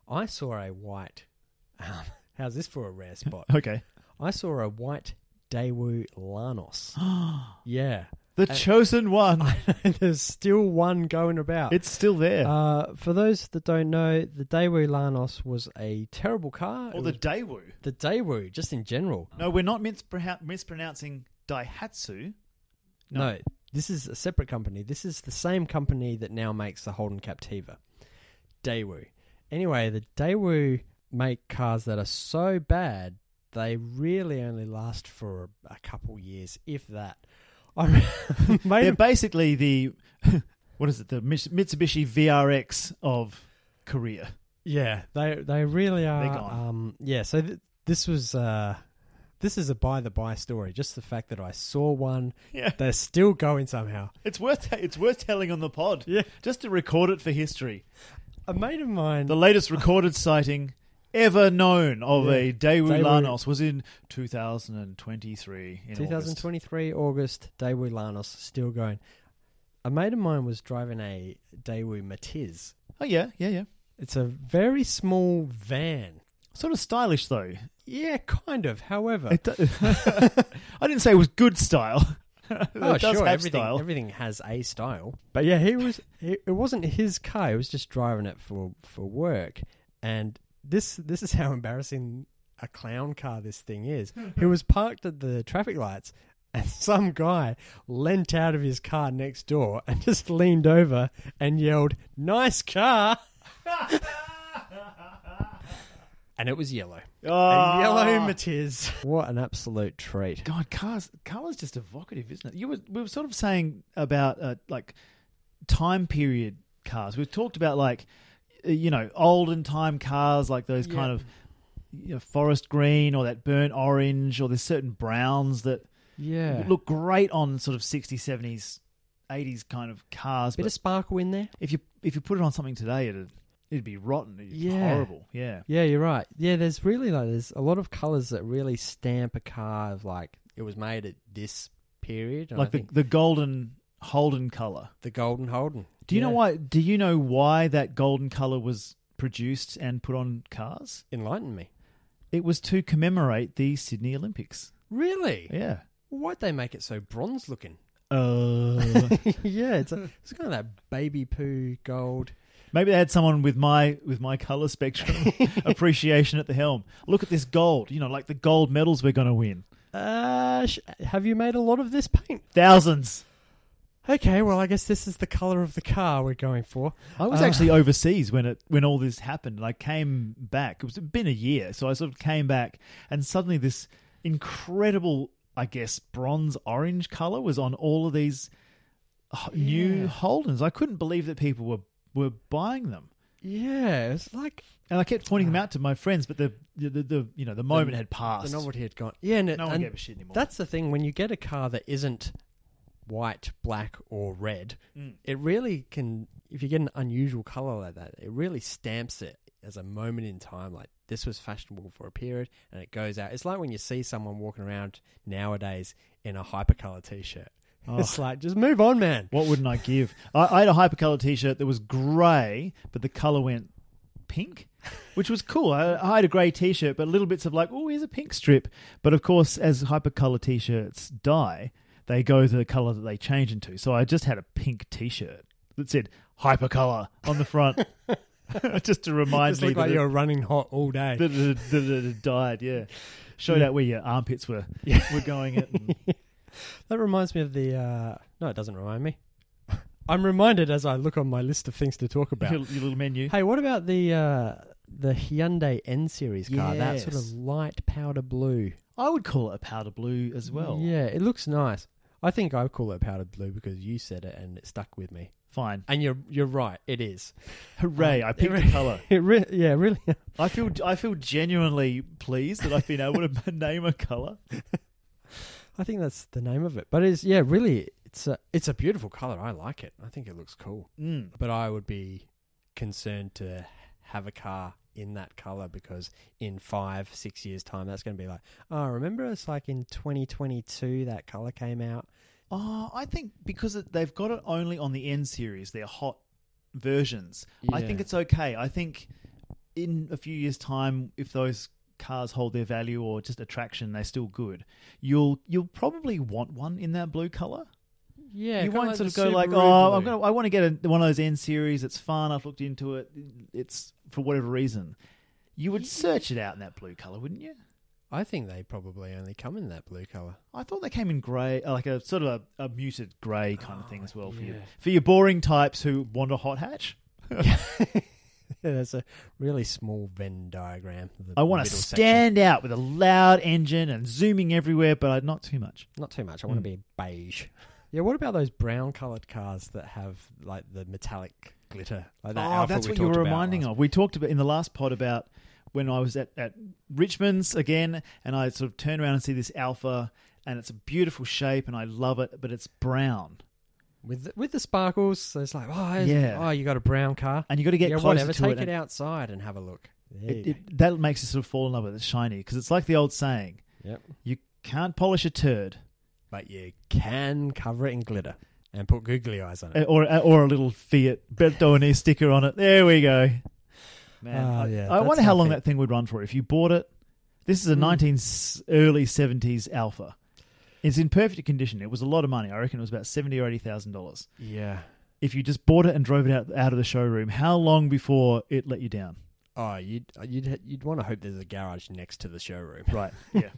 I saw a white. Um, how's this for a rare spot? Okay. I saw a white Daewoo Lanos. Yeah. The Uh, chosen one. There's still one going about. It's still there. uh, for those that don't know, the Daewoo Lanos was a terrible car. or It the was- Daewoo. the Daewoo, just in general. No, we're not mispr- mispronouncing Daihatsu. No. this is a separate company. This is the same company that now makes the Holden Captiva, Daewoo. Anyway, the Daewoo make cars that are so bad they really only last for a couple years, if that. I re- made They're a basically the what is it? The Mis- Mitsubishi VRX of Korea. Yeah, they they really are. gone. Um, yeah, so th- this was uh, this is a by the by story. Just the fact that I saw one, Yeah. they're still going somehow. It's worth it's worth telling on the pod. Yeah. Just to record it for history. A mate of mine. The latest recorded sighting ever known of Yeah. a Daewoo, Daewoo. Lanos was in 2023 in 2020. 2023 August, Daewoo Lanos still going. A mate of mine was driving a Daewoo Matiz. Oh yeah, yeah, yeah. It's a very small van. Sort of stylish though. Yeah, kind of. However, It do- I didn't say it was good style. oh it does sure, have everything style. everything has a style. But yeah, he was. he- It wasn't his car. He was just driving it for for work. And this this is how embarrassing a clown car this thing is. he was parked at the traffic lights, and some guy leant out of his car next door and just leaned over and yelled, "Nice car!" and it was yellow. Ah. A yellow Matiz. What an absolute treat. God, cars, cars just evocative, isn't it? You were we were sort of saying about uh, like time period cars. We've talked about like uh, you know olden time cars, like those Yeah. kind of you know, forest green or that burnt orange, or there's certain browns that Yeah. look great on sort of 60s, 70s, 80s kind of cars. bit But of sparkle in there. if you if you put it on something today, it'd it'd be rotten. It'd be Yeah. horrible. Yeah. Yeah, you're right. Yeah, there's really like there's a lot of colors that really stamp a car of like it was made at this period. And I Like the, think the golden Holden color. the golden Holden. Do you know Yeah. why? Do you know why that golden color was produced and put on cars? Enlighten me. It was to commemorate the Sydney Olympics. Really? Yeah. Why'd they make it so bronze looking? Uh, yeah, it's a, it's kind of that baby poo gold. Maybe they had someone with my with my color spectrum appreciation at the helm. Look at this gold, you know, like the gold medals we're going to win. Uh, sh- have you made a lot of this paint? Thousands. Okay, well, I guess this is the color of the car we're going for. I was Uh, actually overseas when it when all this happened, and I came back. It was it'd been a year, so I sort of came back, and suddenly this incredible, I guess, bronze orange color was on all of these h- Yeah. new Holdens. I couldn't believe that people were were buying them, Yeah, it's like and I kept pointing them out to my friends. But the the, the, the you know the moment had the passed. novelty had gone. Yeah, and, it- no one and gave a shit anymore. that's the thing when you get a car that isn't white, black, or red, it really can. If you get an unusual color like that, it really stamps it as a moment in time. Like this was fashionable for a period, and it goes out. It's like when you see someone walking around nowadays in a hypercolor t-shirt. It's like just move on, man. What wouldn't I give? I, I had a hypercolor T-shirt that was grey, but the color went pink, which was cool. I, I had a grey T-shirt, but little bits of like, oh, here's a pink strip. But of course, as hypercolor T-shirts die, they go to the color that they change into. So I just had a pink T-shirt that said hypercolor on the front, just to remind Just me look like that, you're running hot all day. it, that, it, that it had died. Yeah, showed out where your armpits were were going. At and, That reminds me of the. Uh, no, it doesn't remind me. I'm reminded as I look on my list of things to talk your, about. your little menu. hey, what about the uh, the Hyundai N series car? That sort of Yes. light powder blue. I would call it a powder blue as well. yeah, it looks nice. I think I call it powder blue because you said it and it stuck with me. Fine. And you're you're right. It is. Um, Hooray! I picked a color. It re- yeah, really. I feel I feel genuinely pleased that I've been able to name a color. I think that's the name of it. But it's yeah, really. It's a it's a beautiful color. I like it. I think it looks cool. Mm. but I would be concerned to have a car in that color because in five, six years' time, that's going to be like, oh, remember it's like in 2022 that color came out. Oh, I think because it, they've got it only on the N series, their hot versions. I think Yeah. it's okay. I think in a few years' time, if those cars hold their value or just attraction, they're still good. You'll you'll probably want one in that blue color. Yeah, you won't sort of go like, oh, I'm gonna, I want to get a, one of those N series. It's fun. I've looked into it. It's for whatever reason. You would search it out in that blue color, wouldn't you? I think they probably only come in that blue color. I thought they came in grey, uh, like a sort of a, a muted grey kind of thing as well for you, yeah. for your boring types who want a hot hatch. Yeah, that's a really small Venn diagram. of the I want to middle section. stand out with a loud engine and zooming everywhere, but I- not too much. Not too much. I want Mm. to be beige. Yeah, what about those brown colored cars that have like the metallic glitter? Like that oh, alpha that's we what you talked were about reminding last- of. We talked about in the last pod about when I was at, at Richmond's again, and I sort of turn around and see this alpha, and it's a beautiful shape, and I love it, but it's brown, with the, with the sparkles. So it's like, oh, it's- Yeah. oh, you got a brown car. and you got to get yeah, closer whatever. to Take it. it, and outside and have a look. There it- you it- that makes you sort of fall in love with it, shiny, because it's like the old saying: go. Yep. you can't polish a turd. But you can cover it in glitter and put googly eyes on Uh, it. or or a little Fiat Bertone sticker on it. There we go. Uh, Man, Ah, I, yeah, I that's wonder how how long fit- that thing would run for if you bought it. This is a Hmm. 19 s early 70s Alpha. It's in perfect condition. It was a lot of money. I reckon it was about seventy or eighty thousand dollars. yeah. If you just bought it and drove it out out of the showroom, how long before it let you down? Oh, you'd you'd you'd want to hope there's a garage next to the showroom. Right. Yeah.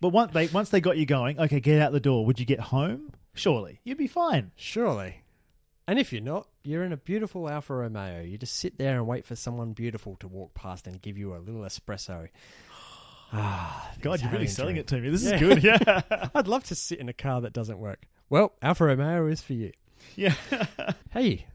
but once they once they got you going, okay, get out the door. Would you get home? Surely, you'd be fine. Surely. And if you're not, you're in a beautiful Alfa Romeo. You just sit there and wait for someone beautiful to walk past and give you a little espresso. Ah, God, things you're really hanging selling through. it to me. This Yeah. is good. Yeah. I'd love to sit in a car that doesn't work. Well, Alfa Romeo is for you. yeah. Hey,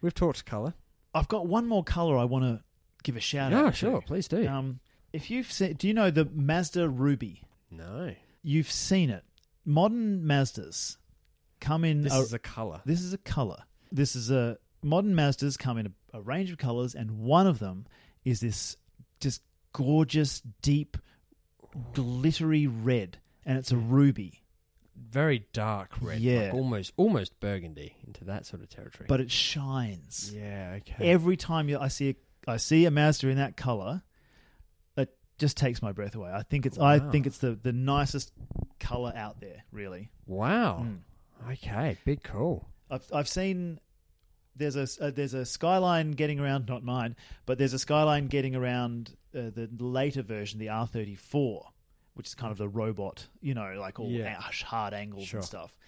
we've talked colour. I've got one more color I want to give a shout out. Yeah, to. sure, please do. Um, if you've seen, do you know the Mazda Ruby? no, You've seen it. Modern Mazdas come in. this a, is a colour. this is a color. This is a modern Mazdas come in a, a range of colors, and one of them is this just gorgeous, deep, glittery red, and it's a ruby, Very dark red, Yeah. like almost almost burgundy into that sort of territory. but it shines. yeah, okay. Every time you, I see a, I see a Mazda in that color, it just takes my breath away. I think it's I Wow. think it's the the nicest color out there. Really, wow. Mm. Okay, big call. I've I've seen there's a uh, there's a skyline getting around, not mine, but there's a skyline getting around uh, the later version, the R34, which is kind of the robot, you know, like all Yeah. ash- hard angles Sure. and stuff.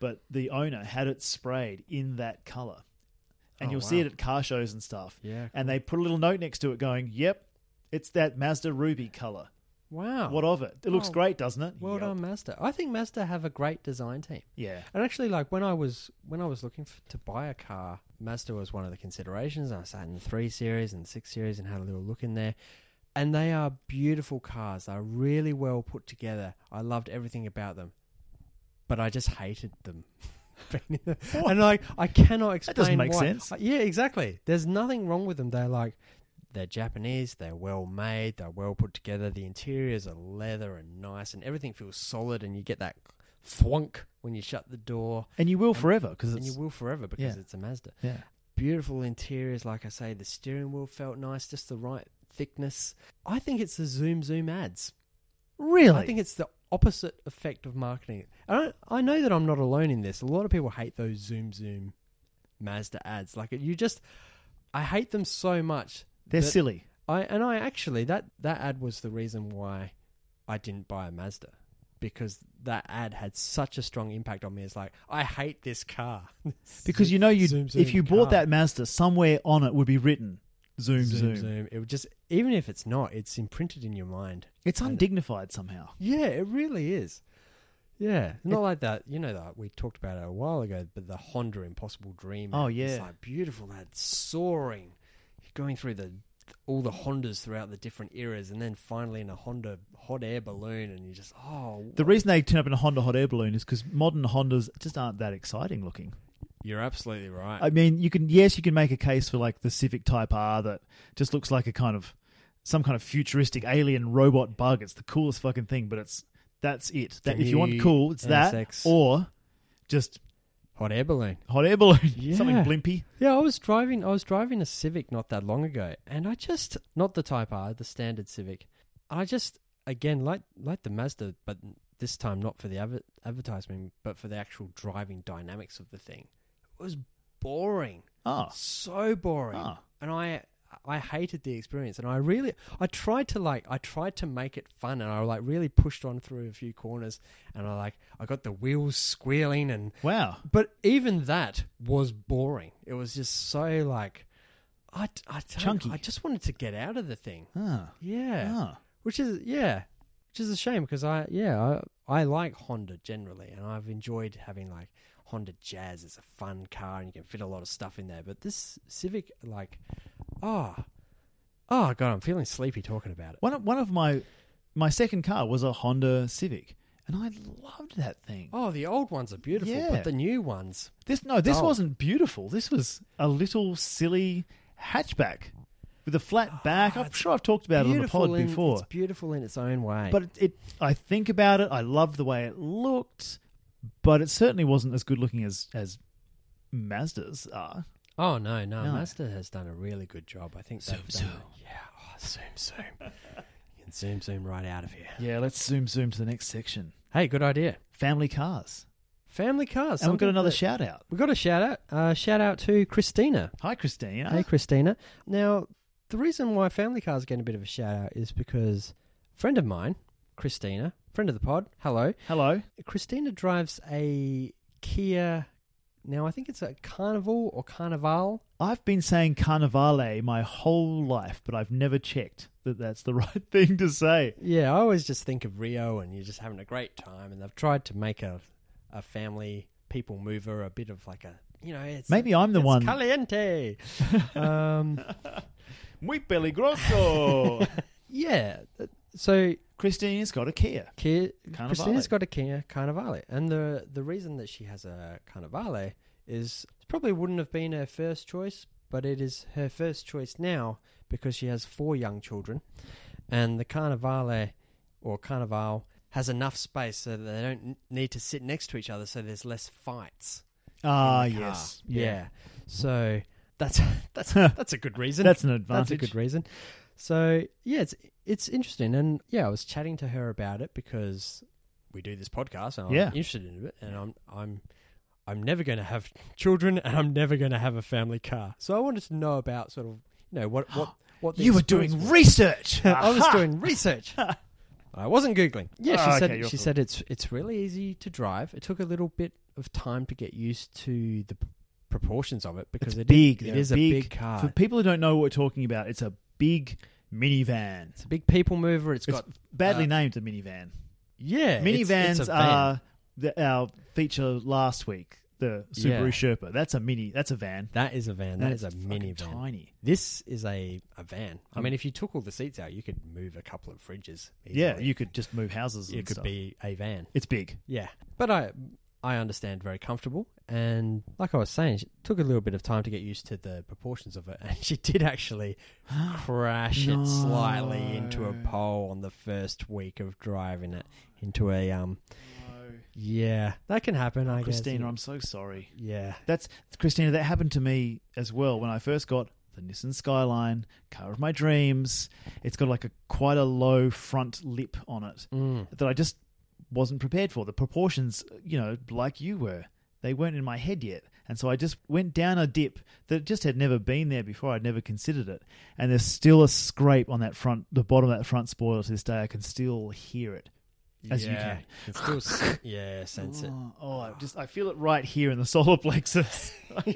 But the owner had it sprayed in that color, and Oh, you'll see wow. it at car shows and stuff. Yeah, and they put a little note next to it going, "Yep, it's that Mazda Ruby color. Wow. What of it? It looks Oh. great, doesn't it? well Yep. done, Mazda. I think Mazda have a great design team. Yeah, And actually, like when I was when I was looking f to buy a car, Mazda was one of the considerations. I sat in the three series and six series and had a little look in there, and they are beautiful cars. They're really well put together. I loved everything about them, but I just hated them. Being in the- and like I cannot explain. doesn't make why. sense. Uh, Yeah, exactly. There's nothing wrong with them. They're like they're Japanese. They're well made. They're well put together. The interiors are leather and nice, and everything feels solid. And you get that thwonk when you shut the door, and you will forever because and you it's will forever because yeah. it's a Mazda. yeah. Beautiful interiors, like I say, the steering wheel felt nice, just the right thickness. I think it's the Zoom Zoom ads. Really, I think it's the opposite effect of marketing. I don't, I know that I'm not alone in this. A lot of people hate those Zoom Zoom Mazda ads. Like you just, I hate them so much. they're that silly. I and I actually that that ad was the reason why I didn't buy a Mazda because that ad had such a strong impact on me. It's like I hate this car Because you know, you Zoom, if zoom, you bought car. that Mazda, somewhere on it would be written "zoom zoom, zoom." zoom. It would just even if it's not, it's imprinted in your mind. It's And- undignified somehow. Yeah, it really is. Yeah, not like that. You know that we talked about it a while ago, but the Honda Impossible Dream. Oh, ad, it's yeah. like beautiful that soaring, going through the all the Hondas throughout the different eras, and then finally in a Honda hot air balloon, and you just oh, The reason they turn up in a Honda hot air balloon is because modern Hondas just aren't that exciting looking. you're absolutely right. I mean, you can yes, you can make a case for like the Civic Type R that just looks like a kind of some kind of futuristic alien robot bug. It's the coolest fucking thing, but it's that's it. That, The if you want new cool, it's that NSX. or just hot air balloon. hot air balloon, something Yeah. blimpy. Yeah, I was driving. I was driving a Civic not that long ago, and I just not the Type R, the standard Civic. I just again like like the Mazda, but this time not for the adver- advertisement, but for the actual driving dynamics of the thing. It was boring, Oh, so boring, Ah. and I I hated the experience. And I really I tried to like I tried to make it fun, and I like really pushed on through a few corners, and I like I got the wheels squealing and wow. but even that was boring. It was just so like, I, I don't- Chunky. I just wanted to get out of the thing. Ah, Yeah, ah. which is yeah, which is a shame because I yeah I, I like Honda generally, and I've enjoyed having like Honda Jazz is a fun car and you can fit a lot of stuff in there. But this Civic like, ah. Oh god, I'm feeling sleepy talking about it. One of, one of my my second car was a Honda Civic, and I loved that thing. Oh, the old ones are beautiful, Yeah. but the new ones, This no, this Oh. wasn't beautiful. This was a little silly hatchback with a flat back. Ah, I'm it's sure I've talked about it on the beautiful pod in- before, It's beautiful in its own way. but it, it. I think about it. I love the way it looked, but it certainly wasn't as good looking as as Mazdas are. Oh no, no, No. Mazda has done a really good job. I think Zoom, they've done zoom. a- yeah, oh, zoom zoom. you can zoom zoom right out of here. Yeah, let's zoom zoom to the next section. Hey, good idea. Family cars, Family cars. and we've got something another that- shout out. We've got a shout out. Uh, shout out to Christina. Hi, Christina. Hey, Christina. Now, the reason why Family Car's getting a bit of a shout out is because a friend of mine, Christina, friend of the pod. Hello, Hello. Christina drives a Kia. Now I think it's a Carnival or Carnival. I've been saying Carnivale my whole life, but I've never checked that that's the right thing to say. Yeah, I always just think of Rio and you're just having a great time, and they've tried to make a a family people mover a bit of like a you know it's Maybe I'm the it's one. caliente. um, Muy peligroso. yeah, so Christina's got a Kia. Kia, Carnivale. Christina's got a Kia Carnivale, and the the reason that she has a Carnivale is it probably wouldn't have been her first choice, but it is her first choice now because she has four young children, and the Carnivale or Carnival has enough space so that they don't n- need to sit next to each other, so there's less fights. in Ah, the car. yes. yeah. So that's that's that's a good reason. That's an That's a advantage. good reason. So yeah, it's it's interesting, and yeah, I was chatting to her about it because we do this podcast, and I'm Yeah. interested in it, and I'm I'm I'm never going to have children and I'm never going to have a family car. So I wanted to know about sort of, you know, what what what the You were experience doing was. research. I was Aha! doing research. I wasn't googling. Yeah, she Oh, said okay, you're she cool. said it's it's really easy to drive. It took a little bit of time to get used to the p- proportions of it because It's it big. It They're is a big- big car. For people who don't know what we're talking about, it's a big minivan. it's a big people mover. it's It's got badly uh, named a minivan. yeah. it's- it's Minivans a van. are the, our feature last week. The Subaru Sherpa. That's a mini. That's a van. that is a van. That is a That's fucking minivan. Tiny. Mm. This is a, a van. I mean, if you took all the seats out, you could move a couple of fridges. Yeah, easily. you could just move houses. and it could stuff. be a van. It's big. Yeah, but I I understand very comfortable, and like I was saying, it took a little bit of time to get used to the proportions of it, and she did actually crash it slightly into a No. pole on the first week of driving it into a um. Yeah, that can happen. I Christina, guess. I'm so sorry. Yeah, That's Christina. That happened to me as well when I first got the Nissan Skyline, car of my dreams. It's got like a quite a low front lip on it mm. that I just wasn't prepared for. The proportions, you know, like you were, they weren't in my head yet, and so I just went down a dip that just had never been there before. I'd never considered it, and there's still a scrape on that front, the bottom of that front spoiler to this day. I can still hear it. As you yeah. can can. still s- yeah sense it Oh, oh, I just I feel it right here in the solar plexus.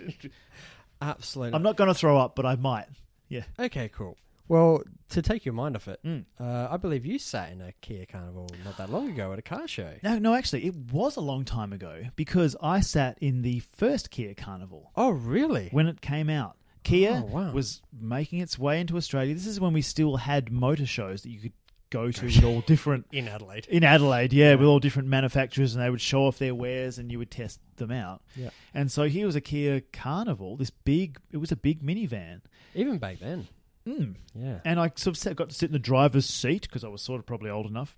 absolutely. I'm not going to throw up, but I might. Yeah. Okay, cool. Well, to take your mind off it, Mm. uh, I believe you sat in a Kia Carnival not that long ago at a car show. No, no, actually, it was a long time ago because I sat in the first Kia Carnival Oh, really? when it came out. Kia Oh, wow. was making its way into Australia. This is when we still had motor shows that you could go to with all different In Adelaide. in Adelaide, yeah, with all different manufacturers, and they would show off their wares, and you would test them out. Yeah. And so here was a Kia Carnival, this big. It was a big minivan. Even back then. Mm. Yeah. and I sort of sat, got to sit in the driver's seat because I was sort of probably old enough.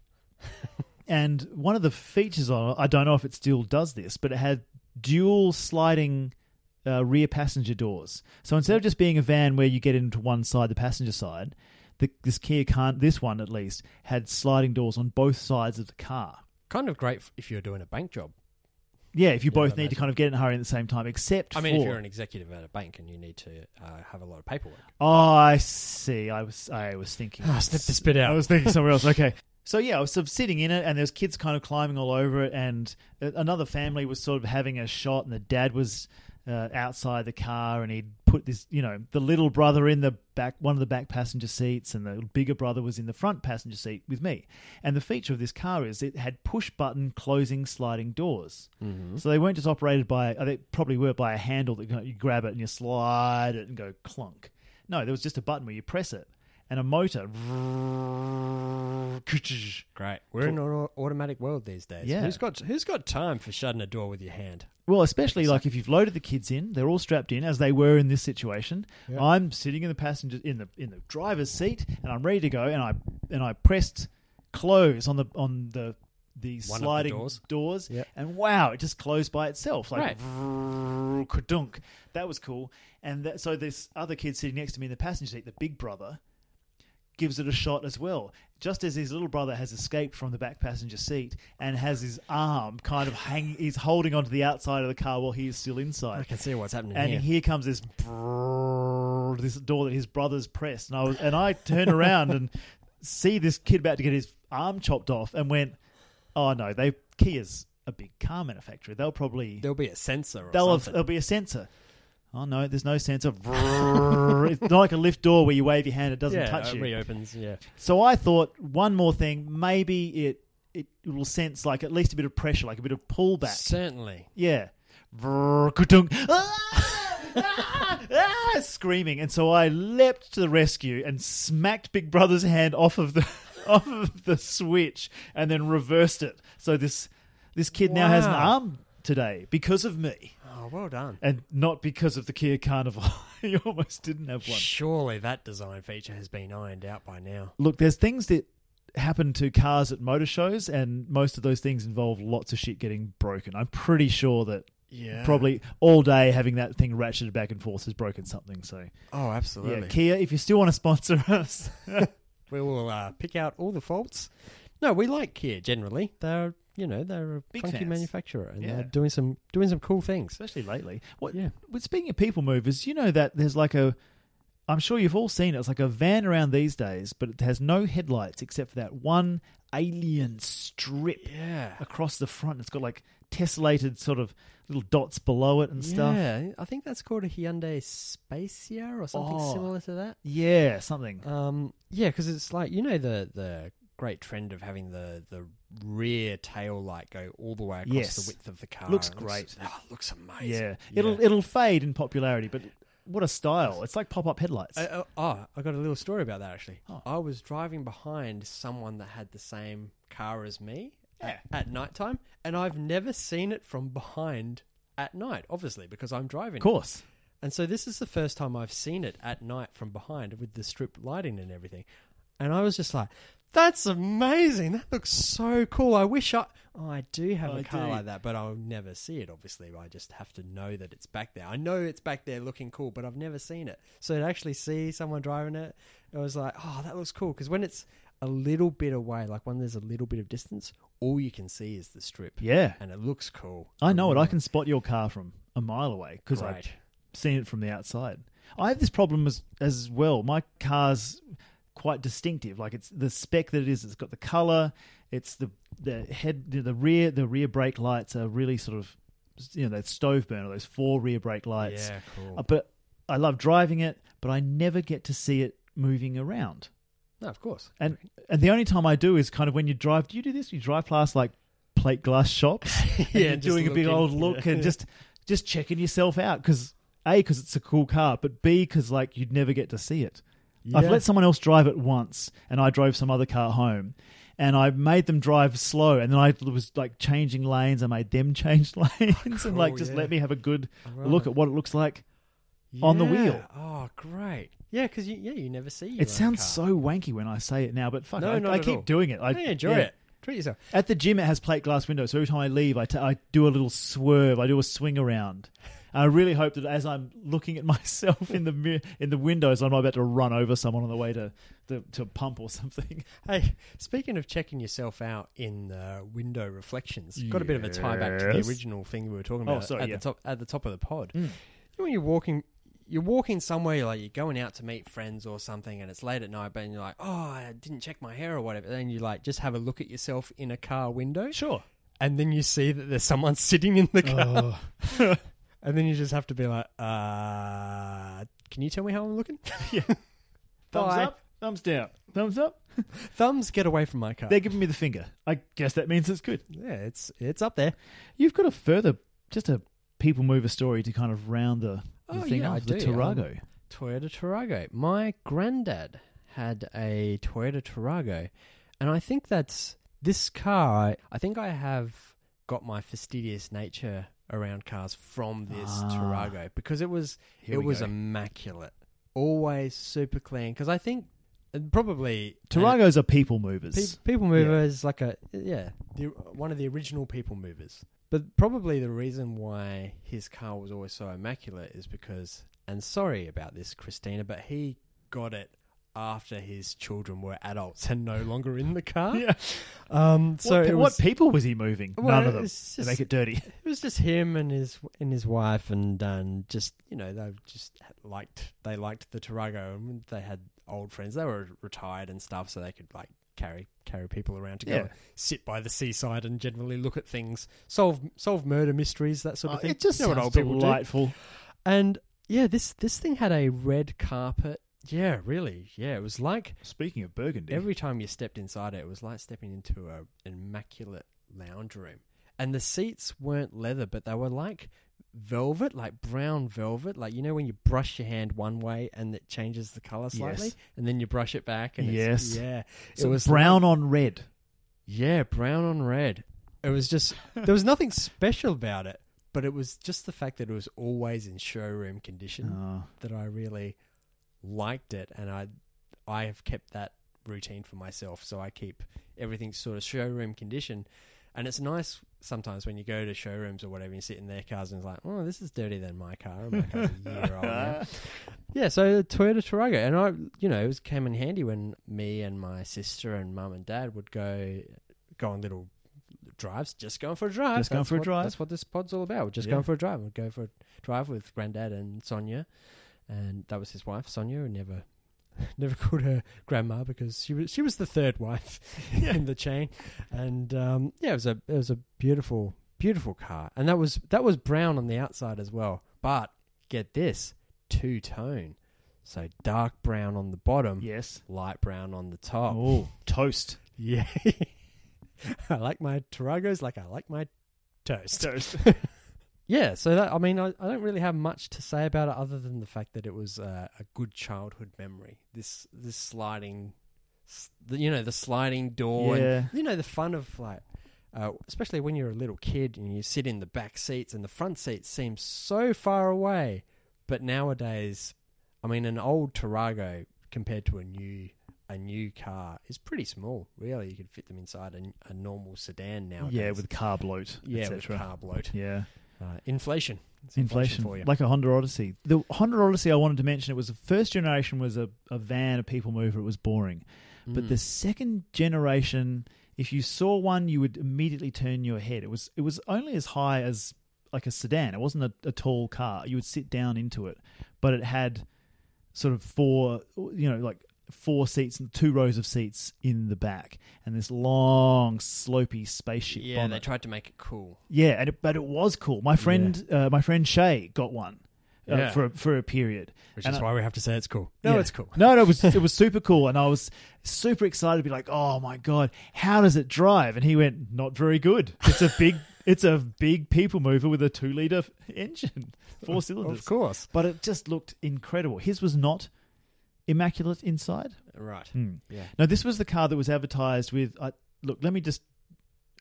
and one of the features on it, I don't know if it still does this, but it had dual sliding uh, rear passenger doors. So instead of just being a van where you get into one side, the passenger side, the, this Kia can't. This one at least had sliding doors on both sides of the car. Kind of great f- if you're doing a bank job. Yeah, if you Yeah, both I need to imagine. kind of get in a hurry at the same time, except I mean, for if you're an executive at a bank and you need to uh, have a lot of paperwork. Oh, I see. I was I was thinking. Ah, snip this bit out. I was thinking somewhere else. Okay. So yeah, I was sort of sitting in it, and there's kids kind of climbing all over it, and a- another family was sort of having a shot, and the dad was uh, outside the car, and he'd put this, you know, the little brother in the back, one of the back passenger seats, and the bigger brother was in the front passenger seat with me. And the feature of this car is it had push button closing sliding doors. So they weren't just operated by, oh, they probably were by a handle that you know, you grab it and you slide it and go clunk. No, there was just a button where you press it and a motor. Great. We're in an au- automatic world these days. Yeah. Who's got Who's got time for shutting a door with your hand? Well, especially like if you've loaded the kids in, they're all strapped in as they were in this situation. Yeah. I'm sitting in the passenger in the in the driver's seat and I'm ready to go and I and I pressed close on the on the the One of the sliding doors. doors Yep. and wow, it just closed by itself like Right. vroom, kadunk. That was cool. And that, so this other kid sitting next to me in the passenger seat, the big brother, gives it a shot as well. Just as his little brother has escaped from the back passenger seat and has his arm kind of hang, he's holding onto the outside of the car while he is still I inside. can see what's happening And here. here comes this brrrr, this door that his brother's pressed, and I was, and I turn around and see this kid about to get his arm chopped off, and went, "Oh no, they Kia's a big car manufacturer. They'll probably There'll be a sensor or They'll have, something. there'll be a sensor. Oh no, there's no sensor. Brrrr. it's not like a lift door where you wave your hand; it doesn't yeah, uh, touch it you. reopens. Yeah. So I thought one more thing. Maybe it it will sense like at least a bit of pressure, like a bit of pullback. Certainly. yeah. Brrr, ka-dunk. Ah! Ah! Ah! Screaming, and so I leapt to the rescue and smacked Big Brother's hand off of the off of the switch, and then reversed it. So this this kid now has an Wow. arm today because of me, Oh, well done. and not because of the Kia Carnival. he almost didn't have one. Surely that design feature has been ironed out by now. look, there's things that happen to cars at motor shows, and most of those things involve lots of shit getting broken. I'm pretty sure that Yeah. probably all day having that thing ratcheted back and forth has broken something. So, Oh, absolutely. yeah, Kia, if you still want to sponsor us, We will uh, pick out all the faults. No, we like Kia generally. They're you know they're a Big funky fans. manufacturer and Yeah. they're doing some doing some cool things. especially lately. What? Yeah. But speaking of people movers, you know that there's like a. I'm sure you've all seen it. It's like a van around these days, but it has no headlights except for that one alien strip Yeah, across the front. It's got like tessellated sort of little dots below it and stuff. Yeah, I think that's called a Hyundai Spacia or something Oh. similar to that. Yeah, something. Um, yeah, because it's like you know the the great trend of having the the rear tail light go all the way across Yes. the width of the car. Looks It great. oh, it looks amazing. Yeah. It'll it'll fade in popularity, but what a style. It's like pop-up headlights. I, oh, oh, I got a little story about that actually. Oh. I was driving behind someone that had the same car as me Yeah. at, at nighttime, and I've never seen it from behind at night, obviously, because I'm driving. of course. And so this is the first time I've seen it at night from behind with the strip lighting and everything. And I was just like, that's amazing. That looks so cool. I wish I oh, I do have I a car do. like that, but I'll never see it obviously. I just have to know that it's back there. I know it's back there looking cool, but I've never seen it. So to actually see someone driving it, it was like, oh, that looks cool because when it's a little bit away, like when there's a little bit of distance, all you can see is the strip. Yeah. And it looks cool. Um, I know it. I can spot your car from a mile away because I've Mm. Great. seen it from the outside. I have this problem as as well. My car's quite distinctive. Like it's the spec that it is. It's got the color. It's the the head the, the rear the rear brake lights are really sort of you know that stove burner those four rear brake lights. Yeah, cool. Uh, But I love driving it, but I never get to see it moving around. no, of course. And and the only time I do is kind of when you drive. Do you do this? You drive past like plate glass shops. and Yeah, you're just doing a big looking. old look and just just checking yourself out because a because it's a cool car, but b because like you'd never get to see it. I've Yeah. let someone else drive it once, and I drove some other car home, and I made them drive slow, and then I was like changing lanes. I made them change lanes, and like cool, just yeah. let me have a good look at what it looks like. on the Yeah. wheel. Oh, great! Yeah, because you, yeah, you never see. your It own sounds car. so wanky when I say it now, but fuck, No, I, not I at keep all. doing it. I Hey, enjoy yeah. it. Treat yourself. At the gym, it has plate glass windows, so every time I leave, I, t- I do a little swerve, I do a swing around. I really hope that as I'm looking at myself in the mirror, in the windows, I'm not about to run over someone on the way to the, to a pump or something. Hey, speaking of checking yourself out in the window reflections, got a bit of a tie back to Yes. the original thing we were talking Oh, about sorry, at yeah. the top at the top of the pod. Mm. You know when you're walking, you're walking somewhere, you're like you're going out to meet friends or something, and it's late at night, but then you're like, oh, I didn't check my hair or whatever. Then you like just have a look at yourself in a car window, Sure. and then you see that there's someone sitting in the car. Oh, And then you just have to be like, uh, can you tell me how I'm looking? thumbs Bye. up, thumbs down, thumbs up. Thumbs get away from my car. They're giving me the finger. I guess that means it's good. yeah, it's it's up there. You've got a further, just a people mover story to kind of round the, the Oh, thing yeah, off. I the do. Tarago. Toyota Tarago. My granddad had a Toyota Tarago, and I think that's this car. I, I think I have got my fastidious nature around cars from this Ah. Tarago because it was Here it we was go. immaculate, always super clean. Because I think uh, probably Taragos are people movers. Pe- people mover is like a yeah, the, one of the original people movers. But probably the reason why his car was always so immaculate is because, and sorry about this, Christina, but he got it after his children were adults and no longer in the car. Yeah. Um. So what, it what was, people was he moving? well, None of them. it's They just- make it dirty. it was just him and his and his wife and um, just you know they just liked they liked the Tarago and they had old friends they were retired and stuff so they could like carry carry people around to go Yeah. sit by the seaside and generally look at things solve solve murder mysteries that sort of Oh, thing It just you know what sounds old people do delightful. and yeah this this thing had a red carpet yeah really yeah it was like Speaking of Burgundy, Every time you stepped inside it, it was like stepping into a, an immaculate lounge room. And the seats weren't leather, but they were like velvet, like brown velvet. Like, you know, when you brush your hand one way and it changes the color slightly, Yes. and then you brush it back. And Yes. it's, yeah. it was brown like- on red. yeah, brown on red. It was just, Oh, there was nothing special about it, but it was just the fact that it was always in showroom condition Oh, that I really liked it, and I I have kept that routine for myself. So I keep everything sort of showroom condition, and it's nice sometimes when you go to showrooms or whatever, and you sit in their cars and it's like, oh, this is dirtier than my car. And my car's a year old. Now. Yeah, so the Toyota Tarago, and I, you know, it was, came in handy when me and my sister and mum and dad would go go on little drives, just going for a drive. Just going That's for a what- drive. That's what this pod's all about. We're just Yeah. going for a drive. We'd go for a drive with Granddad and Sonia, and that was his wife, Sonia. who never, never called her grandma because she was she was the third wife in the chain, and um, yeah, it was a it was a beautiful beautiful car, and that was that was brown on the outside as well. But get this, two tone, so dark brown on the bottom, Yes. light brown on the top. Oh, toast. Yeah. I like my Taragos like I like my toast. Toast. Yeah, so that I mean I, I don't really have much to say about it other than the fact that it was uh, a good childhood memory. This this sliding s- the, you know the sliding door and yeah. you know the fun of like uh, especially when you're a little kid and you sit in the back seats and the front seats seem so far away but nowadays i mean an old tarago compared to a new a new car is pretty small really you could fit them inside a, a normal sedan nowadays Yeah, with car bloat, yeah with etc. car bloat Yeah. uh, inflation It's inflation, for you like a Honda Odyssey. The Honda Odyssey I wanted to mention. It was the first generation was a, a van, a people mover. It was boring, but Mm. the second generation, if you saw one, you would immediately turn your head. It was it was only as high as like a sedan. It wasn't a, a tall car. You would sit down into it, but it had sort of four, you know, like four seats and two rows of seats in the back, and this long slopey spaceship. yeah they bonnet. tried to make it cool Yeah, and it, but it was cool. My friend, uh, my friend Shay got one uh, Yeah. for for a period. which And is I- why we have to say it's cool no Yeah. it's cool No, no, it was it was super cool, and I was super excited to be like, "Oh my god, how does it drive?" And he went, "Not very good. It's a big, it's a big people mover with a two liter engine, four of cylinders." course But it just looked incredible. His was not immaculate inside. right Hmm. yeah No, this was the car that was advertised with. I look, let me just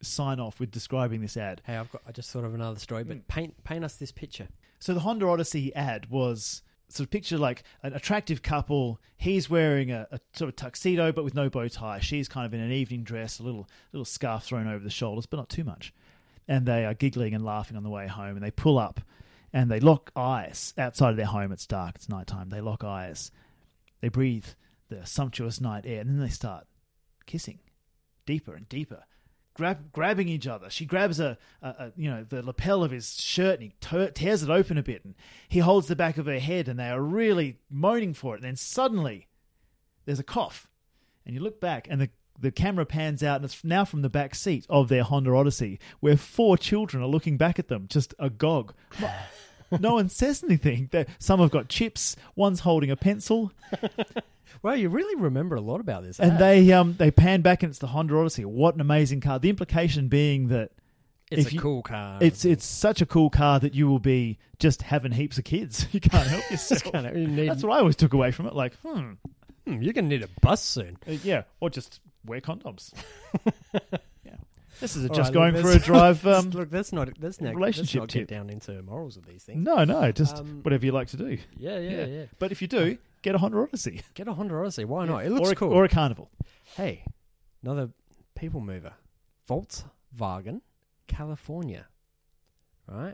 sign off with describing this ad. Hey, I've got. I just thought of another story, but paint paint us this picture. So the Honda Odyssey ad was sort of picture like an attractive couple. He's wearing a, a sort of tuxedo but with no bow tie. She's kind of in an evening dress, a little little scarf thrown over the shoulders, but not too much. And they are giggling and laughing on the way home. And they pull up and they lock eyes outside of their home. It's dark. It's nighttime. They lock eyes. They breathe the sumptuous night air, and then they start kissing deeper and deeper, grab, grabbing each other. She grabs a, a, a you know the lapel of his shirt and he te- tears it open a bit, and he holds the back of her head, and they are really moaning for it. And then suddenly, there's a cough, and you look back, and the the camera pans out, and it's now from the back seat of their Honda Odyssey, where four children are looking back at them, just agog. No- No one says anything. They- Some have got chips. One's holding a pencil. Well, you really remember a lot about this, And ad. they um they pan back and it's the Honda Odyssey. What an amazing car! The implication being that it's if a you- cool car. it's it's such a cool car that you will be just having heaps of kids. You can't help yourself. kind of, you need, That's what I always took away from it. Like, hmm, Hmm, you're gonna need a bus soon. uh, yeah, or just wear condoms. yeah, this is a All just right, going look, for a let's- drive. let's- Um, look, that's not that's not relationship let's not tip. get down into morals of these things. no, no, just Um, whatever you like to do. Yeah, yeah, yeah, Yeah. But if you do, get a Honda Odyssey. Get a Honda Odyssey. Why Yeah. not? It looks or a, cool. Or a Carnival. hey, another people mover, Volkswagen, California. Right,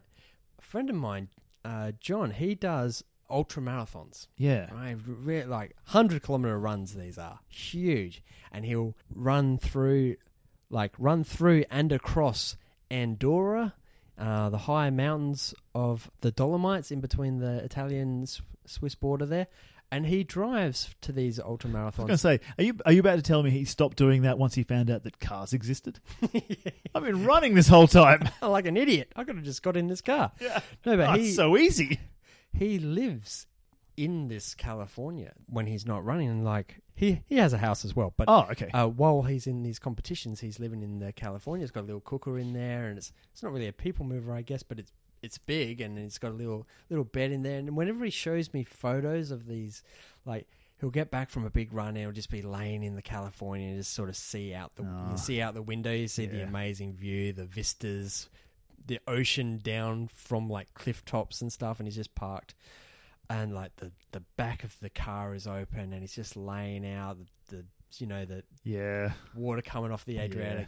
a friend of mine, uh, John, he does ultra marathons. Yeah. I re- like hundred kilometer runs. These are huge, and he'll run through, like run through and across Andorra, uh, the high mountains of the Dolomites in between the Italian S- Swiss border there, and he drives to these ultra I was marathons. going to say, are you are you about to tell me he stopped doing that once he found out that cars existed? I've been running this whole time. like an idiot, I could have just got in this car. No, but Oh, he it's so easy. he lives in this California when he's not running. And like he he has a house as well, but Oh, okay. uh, while he's in these competitions, he's living in the California. It's got a little cooker in there, and it's it's not really a people mover, I guess, but it's it's big, and it's got a little little bed in there. And whenever he shows me photos of these, like he'll get back from a big run and he'll just be laying in the California and just sort of see out the Ah. you see out the window, you see the Yeah. amazing view, the vistas, the ocean down from like cliff tops and stuff, and he's just parked. And like the, the back of the car is open, and he's just laying out the, the you know the yeah. water coming off the Yeah. Adriatic.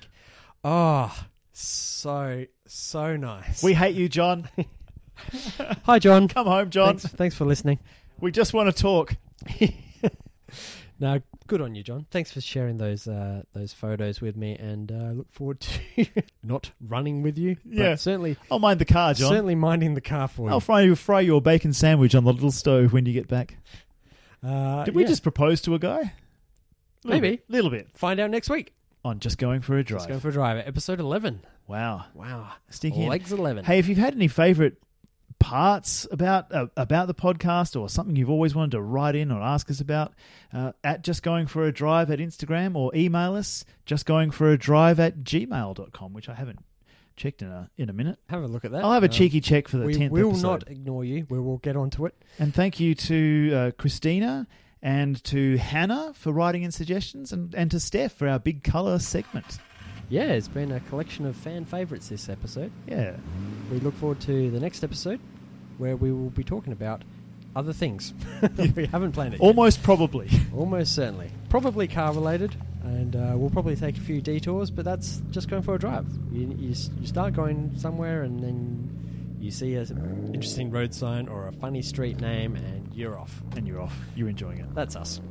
Oh, Ah, so so nice. We hate you, John. Hi, John. Come home, John. Thanks, thanks for listening. We just want to talk. No, good on you, John. Thanks for sharing those uh, those photos with me, and uh, look forward to not running with you. but Yeah. certainly, I'll mind the car, John. Oh, certainly minding the car for you. I'll fry you fry your bacon sandwich on the little stove when you get back. uh, Did we yeah. just propose to a guy? Little Maybe. bit, little bit find out next week? on just going for a drive. Let's go for a drive. Episode eleven. wow, Wow, sneaking in. legs eleven. Hey, if you've had any favorite parts about uh, about the podcast or something you've always wanted to write in or ask us about, uh, at just going for a drive at Instagram or email us just going for a drive at gmail.com, which I haven't checked in a in a minute. have a look at that. I'll have a Um, cheeky check for the We tenth. will episode. not ignore you. We will get onto it. And thank you to uh, Christina and to Hannah for writing in suggestions and, and to Steph for our big colour segment. Yeah, it's been a collection of fan favorites this episode. Yeah. We look forward to the next episode where we will be talking about other things. we haven't planned it. yet. Almost probably. Almost certainly. Probably car related, and uh, we'll probably take a few detours, but that's just going for a drive. You, you, s- you start going somewhere, and then you see an interesting road sign or a funny street name, and you're off. and you're off. You're enjoying it. That's us.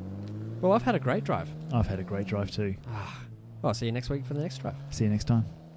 Well, I've had a great drive. I've had a great drive too. Ah, I'll see you next week for the next drive. See you next time.